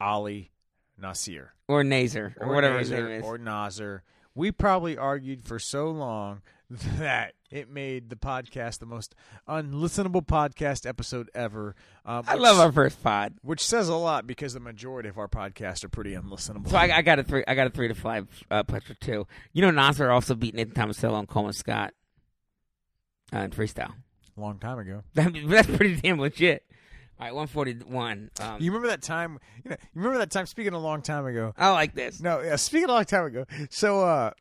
B: Ali Nasir
C: or Nazer, or, whatever his
B: Nasir
C: name is.
B: or Nasir. We probably argued for so long that it made the podcast the most unlistenable podcast episode ever. Um,
C: I
B: which-
C: love our first pod.
B: which says a lot because the majority of our podcasts are pretty unlistenable.
C: So I, I got a three. I got a three to five uh, Pletcher too. You know, Nasser also beat Nathan Tomasello and Coleman Scott uh, in freestyle.
B: long time ago.
C: That, that's pretty damn legit. All right, one forty one. Um,
B: You remember that time? You, know, you remember that time? Speaking a long time ago,
C: I like this.
B: No, yeah, speaking a long time ago. So uh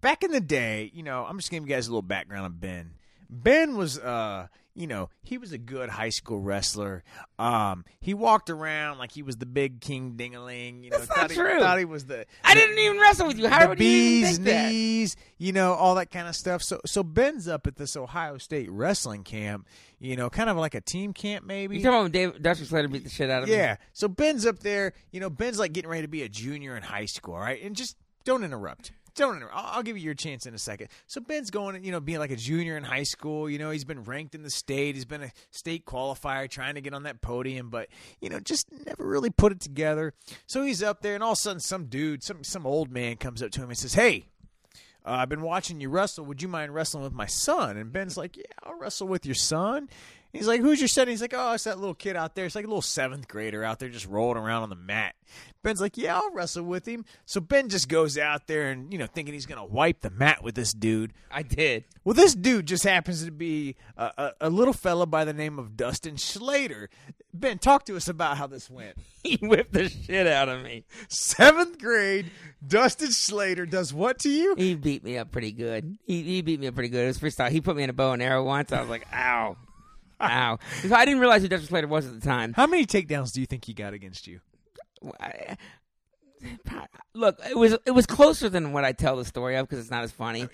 B: back in the day, you know, I'm just giving you guys a little background on Ben. Ben was uh you know, he was a good high school wrestler. Um, he walked around like he was the big king dingaling. You know,
C: That's not
B: thought he,
C: true.
B: Thought he was the
C: I didn't even wrestle with you. How
B: the
C: would you
B: bees
C: even think that?
B: knees, you know, all that kind of stuff. So, so Ben's up at this Ohio State wrestling camp, you know, kind of like a team camp, maybe.
C: You talking about when Dave Dustin Slater beat the shit out of me?
B: Yeah. So Ben's up there. You know, Ben's like getting ready to be a junior in high school, all right? And just don't interrupt. Don't interrupt. I'll, I'll give you your chance in a second. So Ben's going, you know, being like a junior in high school. You know, he's been ranked in the state. He's been a state qualifier, trying to get on that podium, but you know, just never really put it together. So he's up there, and all of a sudden, some dude, some some old man, comes up to him and says, "Hey." Uh, I've been watching you wrestle. Would you mind wrestling with my son? And Ben's like, Yeah, I'll wrestle with your son. He's like, Who's your son? He's like, Oh, it's that little kid out there. It's like a little seventh grader out there just rolling around on the mat. Ben's like, Yeah, I'll wrestle with him. So Ben just goes out there and, you know, thinking he's going to wipe the mat with this dude.
C: I did.
B: Well, this dude just happens to be a, a, a little fella by the name of Dustin Schlater. Ben, talk to us about how this went.
C: He whipped the shit out of me.
B: Seventh grade, Dustin Schlater does what to you?
C: He beat me up pretty good. He, he beat me up pretty good. It was freestyle. He put me in a bow and arrow once. I was like, ow, ow. So I didn't realize who Dustin Slater was at the time.
B: How many takedowns do you think he got against you?
C: I- Look, it was it was closer than what I tell the story of because it's not as funny.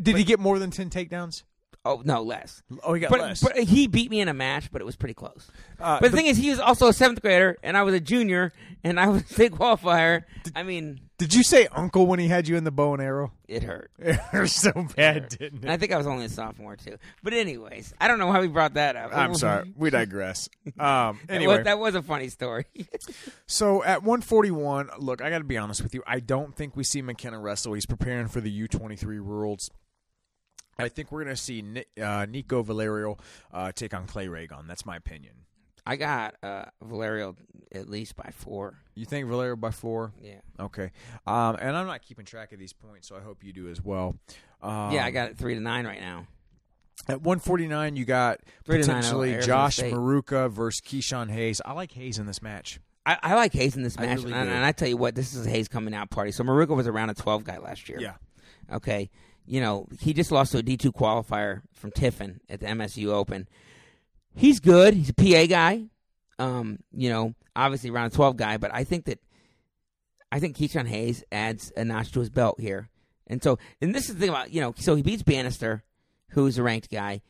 B: Did he get more than ten takedowns?
C: Oh no, less.
B: Oh, he got
C: But,
B: less.
C: but he beat me in a match, but it was pretty close.
B: Uh,
C: but the thing is, he was also a seventh grader, and I was a junior, and I was a state qualifier. I mean,
B: Did you say uncle when he had you in the bow and arrow?
C: it hurt.
B: It was so bad, didn't
C: And I think I was only a sophomore too. But anyways, I don't know how we brought that up.
B: I'm sorry. We digress. Um,
C: That
B: anyway,
C: was, that was a funny story.
B: so at 141, look, I got to be honest with you. I don't think we see McKenna wrestle. He's preparing for the U23 Worlds. I think we're going to see Ni- uh, Nico Valerio uh, take on Clay Ragon. That's my opinion.
C: I got uh, Valerio at least by four.
B: You think Valerio by four?
C: Yeah,
B: Okay. Um, and I'm not keeping track of these points, so I hope you do as well. Um,
C: yeah, I got it three to nine right now.
B: At 149, you got
C: Three to nine,
B: potentially
C: Arizona
B: Josh
C: State.
B: Maruka versus Keyshawn Hayes. I like Hayes in this match.
C: I, I like Hayes in this
B: I
C: match,
B: really
C: and,
B: do.
C: and I tell you what, this is a Hayes coming out party. So Maruka was around a twelve guy last year. Okay. You know, he just lost to a D two qualifier from Tiffin at the MSU Open. He's good. He's a PA guy. Um, you know, obviously round twelve guy, but I think that I think Keyshawn Hayes adds a notch to his belt here. And so and this is the thing about, you know, so he beats Bannister, who's a ranked guy.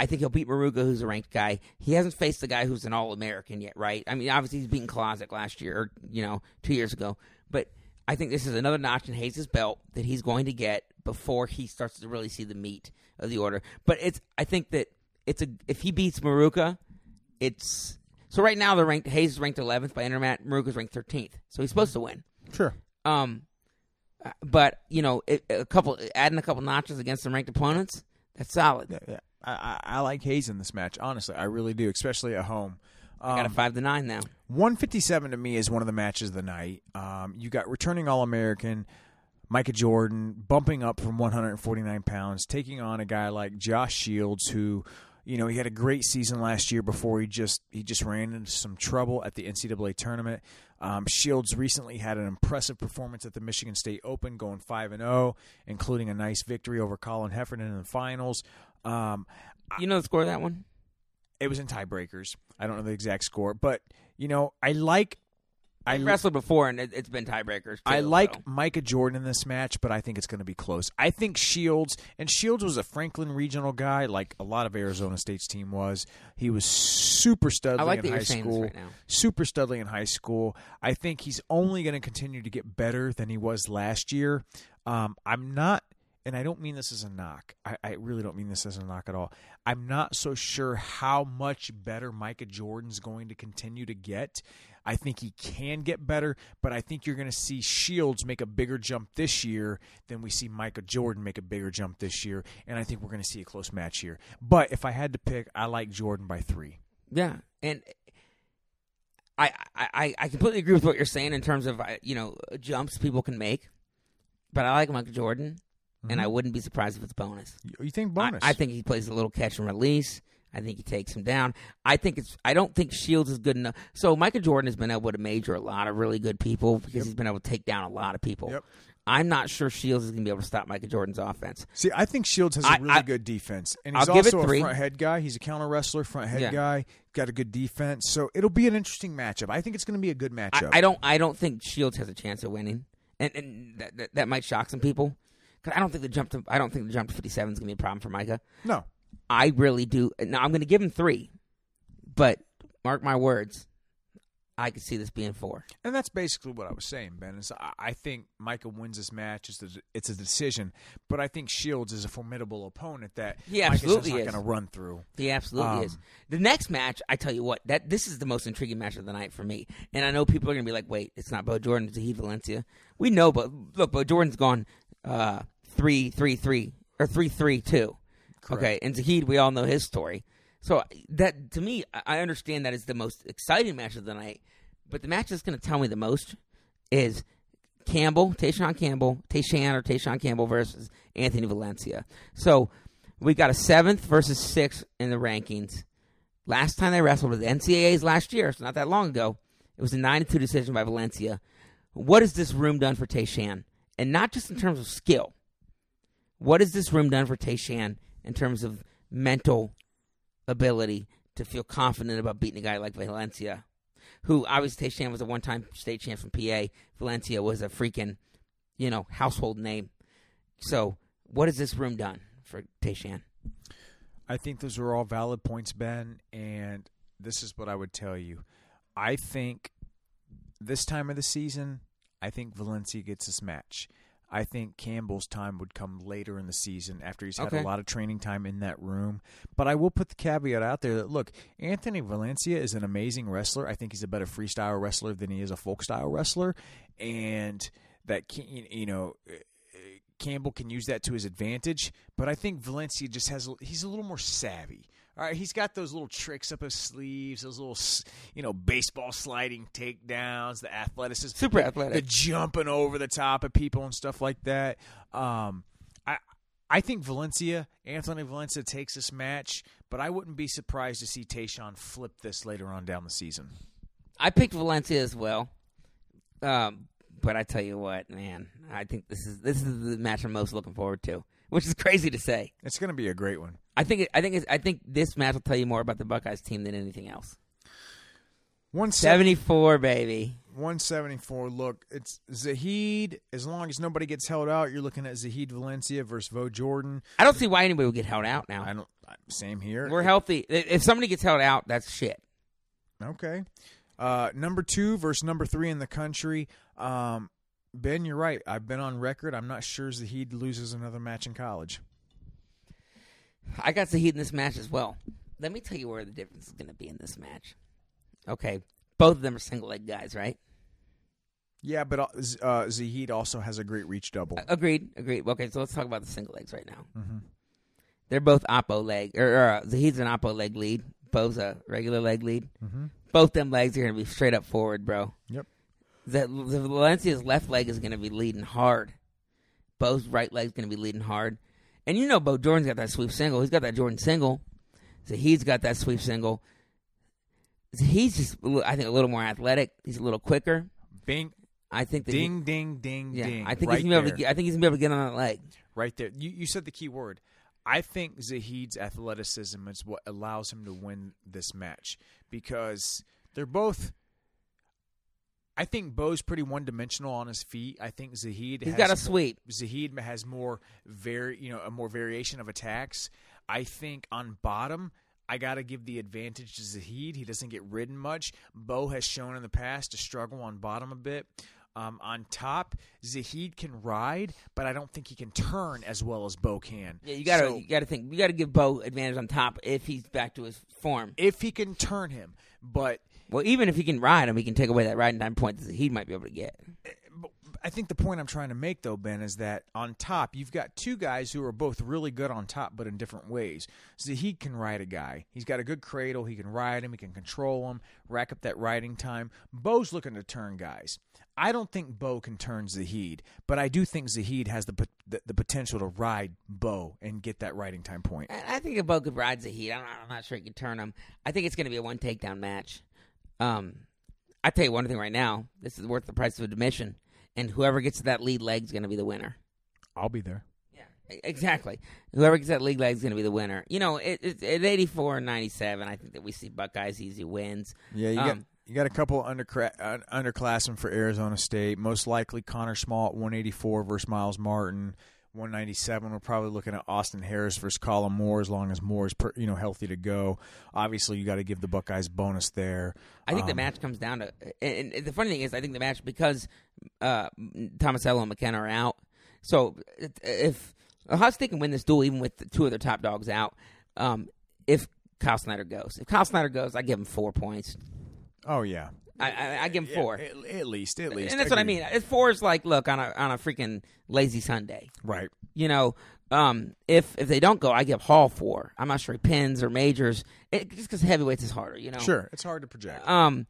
C: I think he'll beat Maruga, who's a ranked guy. He hasn't faced the guy who's an All American yet, right? I mean, obviously he's beaten Klozek last year, or, you know, two years ago. But I think this is another notch in Hayes' belt that he's going to get before he starts to really see the meat of the order. But it's, I think that it's a if he beats Maruka, it's so right now they're ranked. Hayes is ranked 11th by Intermat. Maruka's ranked 13th, so he's supposed to win.
B: Sure.
C: Um, uh, but you know, it, a couple adding a couple notches against some ranked opponents, that's solid.
B: Yeah, yeah. I, I, I like Hayes in this match, honestly. I really do, especially at home. Um,
C: Got a five to nine now.
B: 157 to me is one of the matches of the night. Um, you got returning All American Micah Jordan bumping up from 149 pounds, taking on a guy like Josh Shields, who, you know, he had a great season last year before he just he just ran into some trouble at the NCAA tournament. Um, Shields recently had an impressive performance at the Michigan State Open, going five and zero, including a nice victory over Colin Heffernan in the finals. Um,
C: You know the score of that one?
B: it was in tiebreakers. I don't know the exact score, but you know, I like. I
C: I wrestled before, and it, it's been tiebreakers.
B: I
C: too,
B: like
C: so.
B: Micah Jordan in this match, but I think it's going to be close. I think Shields, and Shields was a Franklin regional guy, like a lot of Arizona State's team was. He was super studly
C: I like
B: in
C: that
B: high
C: you're saying this
B: school.
C: right now.
B: Super studly in high school. I think he's only going to continue to get better than he was last year. Um, I'm not, and I don't mean this as a knock. I, I really don't mean this as a knock at all. I'm not so sure how much better Micah Jordan's going to continue to get. I think he can get better, but I think you're going to see Shields make a bigger jump this year than we see Micah Jordan make a bigger jump this year. And I think we're going to see a close match here. But if I had to pick, I like Jordan by three.
C: Yeah, and I, I- I, I completely agree with what you're saying in terms of I- you know jumps people can make, but I like Michael Jordan, and I wouldn't be surprised if it's bonus.
B: You- You think
C: I-
B: Mm-hmm. bonus?
C: I, think he plays a little catch and release. I think he takes him down. I think it's. I don't think Shields is good enough. So Michael Jordan has been able to major a lot of really good people because he's been able to take down a lot of people.
B: Yep.
C: I'm not sure Shields is going to be able to stop Michael Jordan's offense.
B: See, I think Shields has a
C: I-
B: really
C: I-
B: good defense, and
C: I'll
B: he's
C: give it
B: also
C: three.
B: a front head guy. He's a counter wrestler, front head
C: Yeah.
B: guy. Got a good defense, so it'll be an interesting matchup. I think it's going to be a good matchup.
C: I, I don't. I don't think Shields has a chance of winning, and, and that, that that might shock some people. Because I don't think the jump to I don't think the jump to fifty seven is gonna be a problem for Micah.
B: no,
C: I really do. Now I'm gonna give him three, but mark my words, I could see this being four.
B: and that's basically what I was saying, Ben. Is I, I think Micah wins this match. It's a, it's a decision, but I think Shields is a formidable opponent that
C: He
B: Micah's just
C: absolutely
B: not
C: is.
B: going to run through.
C: He absolutely
B: Um,
C: is. The next match, I tell you what, that this is the most intriguing match of the night for me. And I know people are gonna be like, "Wait, it's not Bo Jordan, it's he Valencia." We know, but look, Bo Jordan's gone uh, three, three, three, or three, three, two. Okay, and Zahid, we all know his story. So that to me, I- I understand that is the most exciting match of the night. But the match that's going to tell me the most is Campbell, Tayshawn Campbell, Tayshawn or Tayshawn Campbell versus Anthony Valencia. So we got a seventh versus sixth in the rankings. Last time they wrestled with the NCAAs last year, it's not that long ago. It was a nine two decision by Valencia. What has this room done for Tayshan? And not just in terms of skill. What has this room done for Tayshan in terms of mental ability to feel confident about beating a guy like Valencia, who obviously Tayshan was a one time state champ from PA. Valencia was a freaking, you know, household name. So what has this room done for Tayshan?
B: I think those are all valid points, Ben. And this is what I would tell you. I think this time of the season, I think Valencia gets this match. I think Campbell's time would come later in the season after he's had
C: Okay.
B: a lot of training time in that room. But I will put the caveat out there that look, Anthony Valencia is an amazing wrestler. I think he's a better freestyle wrestler than he is a folk style wrestler, and that can, you know Campbell can use that to his advantage, but I think Valencia just has he's a little more savvy. All right, he's got those little tricks up his sleeves, those little s- you know baseball sliding takedowns, the athleticism,
C: Super athletic.
B: the jumping over the top of people and stuff like that. Um, I I think Valencia, Anthony Valencia takes this match, but I wouldn't be surprised to see Tayshawn flip this later on down the season.
C: I picked Valencia as well, um, but I tell you what, man, I think this is this is the match I'm most looking forward to, which is crazy to say.
B: It's going to be a great one.
C: I think it, I think it's, I think this match will tell you more about the Buckeyes team than anything else.
B: One seven.
C: Seventy four, baby.
B: 174. Look, it's Zahid. As long as nobody gets held out, you're looking at Zahid Valencia versus Vo Jordan.
C: I don't see why anybody would get held out now.
B: I don't. I- Same here.
C: We're healthy. I- If somebody gets held out, that's shit.
B: okay. Uh, number two versus number three in the country. Um, ben, you're right. I've been on record. I'm not sure Zahid loses another match in college.
C: I got Zahid in this match as well. Let me tell you where the difference is going to be in this match. Okay, both of them are single leg guys, right?
B: Yeah, but uh, Z- uh, Zahid also has a great reach
C: Uh,
B: double.
C: Agreed. Agreed. Okay, so let's talk about the single legs right now.
B: Mm-hmm.
C: They're both oppo leg, or, or uh, Zahid's an oppo leg lead. Bo's a regular leg lead.
B: Mm-hmm.
C: Both them legs are going to be straight up forward, bro.
B: Yep.
C: The, the Valencia's left leg is going to be leading hard. Bo's right leg's going to be leading hard. And you know Bo Jordan's got that sweep single. He's got that Jordan single. So he's got that sweep single. So he's just, a little- I think, a little more athletic. He's a little quicker.
B: Bing,
C: I think that he-
B: ding, ding, ding,
C: yeah,
B: ding.
C: I think
B: right
C: he's gonna be able
B: there.
C: to. Get, I think he's gonna be able to get on that leg.
B: right there. You you said the key word. I think Zahid's athleticism is what allows him to win this match because they're both. I think Bo's pretty one dimensional on his feet. I think Zahid
C: He's
B: has
C: got a sweep.
B: Zahid has more very you know a more variation of attacks. I think on bottom, I got to give the advantage to Zahid. He doesn't get ridden much. Bo has shown in the past to struggle on bottom a bit. Um, on top, Zahid can ride, but I don't think he can turn as well as Bo can.
C: Yeah, you gotta
B: So-
C: you gotta think. You gotta give Bo advantage on top if he's back to his form.
B: if he can turn him, but
C: Well, even if he can ride him, he can take away that riding time point that he might be able to get.
B: I think the point I'm trying to make, though, Ben, is that on top, you've got two guys who are both really good on top, but in different ways. Zahid can ride a guy. He's got a good cradle. He can ride him. He can control him, rack up that riding time. Bo's looking to turn guys. I don't think Bo can turn Zahid, but I do think Zahid has the, pot- the, the potential to ride Bo and get that riding time point.
C: And I think if Bo could ride Zahid, I'm not, I'm not sure he could turn him. I think it's going to be a one takedown match. Um, I tell you one thing right now, this is worth the price of admission, and whoever gets that lead leg is going to be the winner.
B: I'll be there.
C: Yeah, exactly. Whoever gets that lead leg is going to be the winner. You know, it, it, at 84 and 97, I think that we see Buckeyes easy wins.
B: Yeah, you got
C: Um,
B: you got a couple undercra- uh, underclassmen for Arizona State. Most likely Connor Small at 184 versus Miles Martin. 197. We're probably looking at Austin Harris versus Colin Moore as long as Moore is per, you know healthy to go. Obviously, you got to give the Buckeyes bonus there.
C: I think the
B: Um,
C: match comes down to, and, and the funny thing is, I think the match because uh, Tomasello and McKenna are out. So it- if Ohio State can win this duel, even with the two of their top dogs out, um, if Kyle Snyder goes, if Kyle Snyder goes, I give him four points.
B: Oh yeah,
C: I, I, I give him
B: Yeah,
C: four,
B: at, at least, at least,
C: and that's what I
B: Agreed.
C: mean. It's four is like look on a on a freaking lazy Sunday,
B: Right.
C: you know. Um, if if they don't go, I give Hall four. I'm not sure he pins or majors, it, just because heavyweights is harder, you know.
B: Sure, it's hard to project.
C: Um,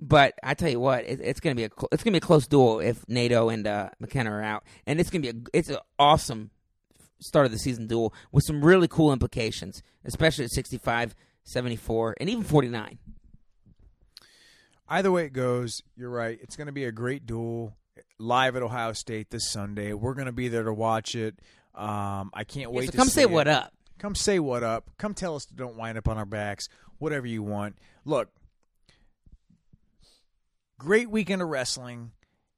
C: but I tell you what, it, it's gonna be a cl- it's gonna be a close duel if NATO and uh, McKenna are out, and it's gonna be a it's an awesome start of the season duel with some really cool implications, especially at 65, 74, and even 49.
B: Either way it goes, you're right. It's going to be a great duel live at Ohio State this Sunday. We're going to be there to watch it. Um, I can't wait
C: so
B: to
C: come
B: see
C: say
B: it.
C: what up.
B: Come say what up. Come tell us to don't wind up on our backs. Whatever you want. Look, great weekend of wrestling.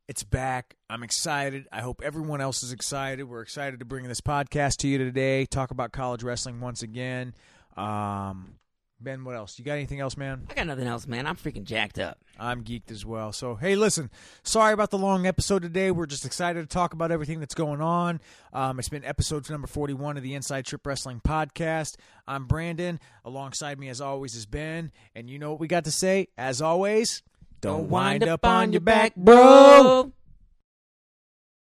B: It's back. I'm excited. I hope everyone else is excited. We're excited to bring this podcast to you today. Talk about college wrestling once again. Um, ben, what else? You got anything else, man?
C: I got nothing else, man. I'm freaking jacked up.
B: I'm geeked as well. So, hey, listen, sorry about the long episode today. We're just excited to talk about everything that's going on. Um, it's been episode number 41 of the Inside Trip Wrestling Podcast. I'm Brandon. Alongside me, as always, is Ben. And you know what we got to say? As always, don't, wind, up, on your back, bro.
C: bro.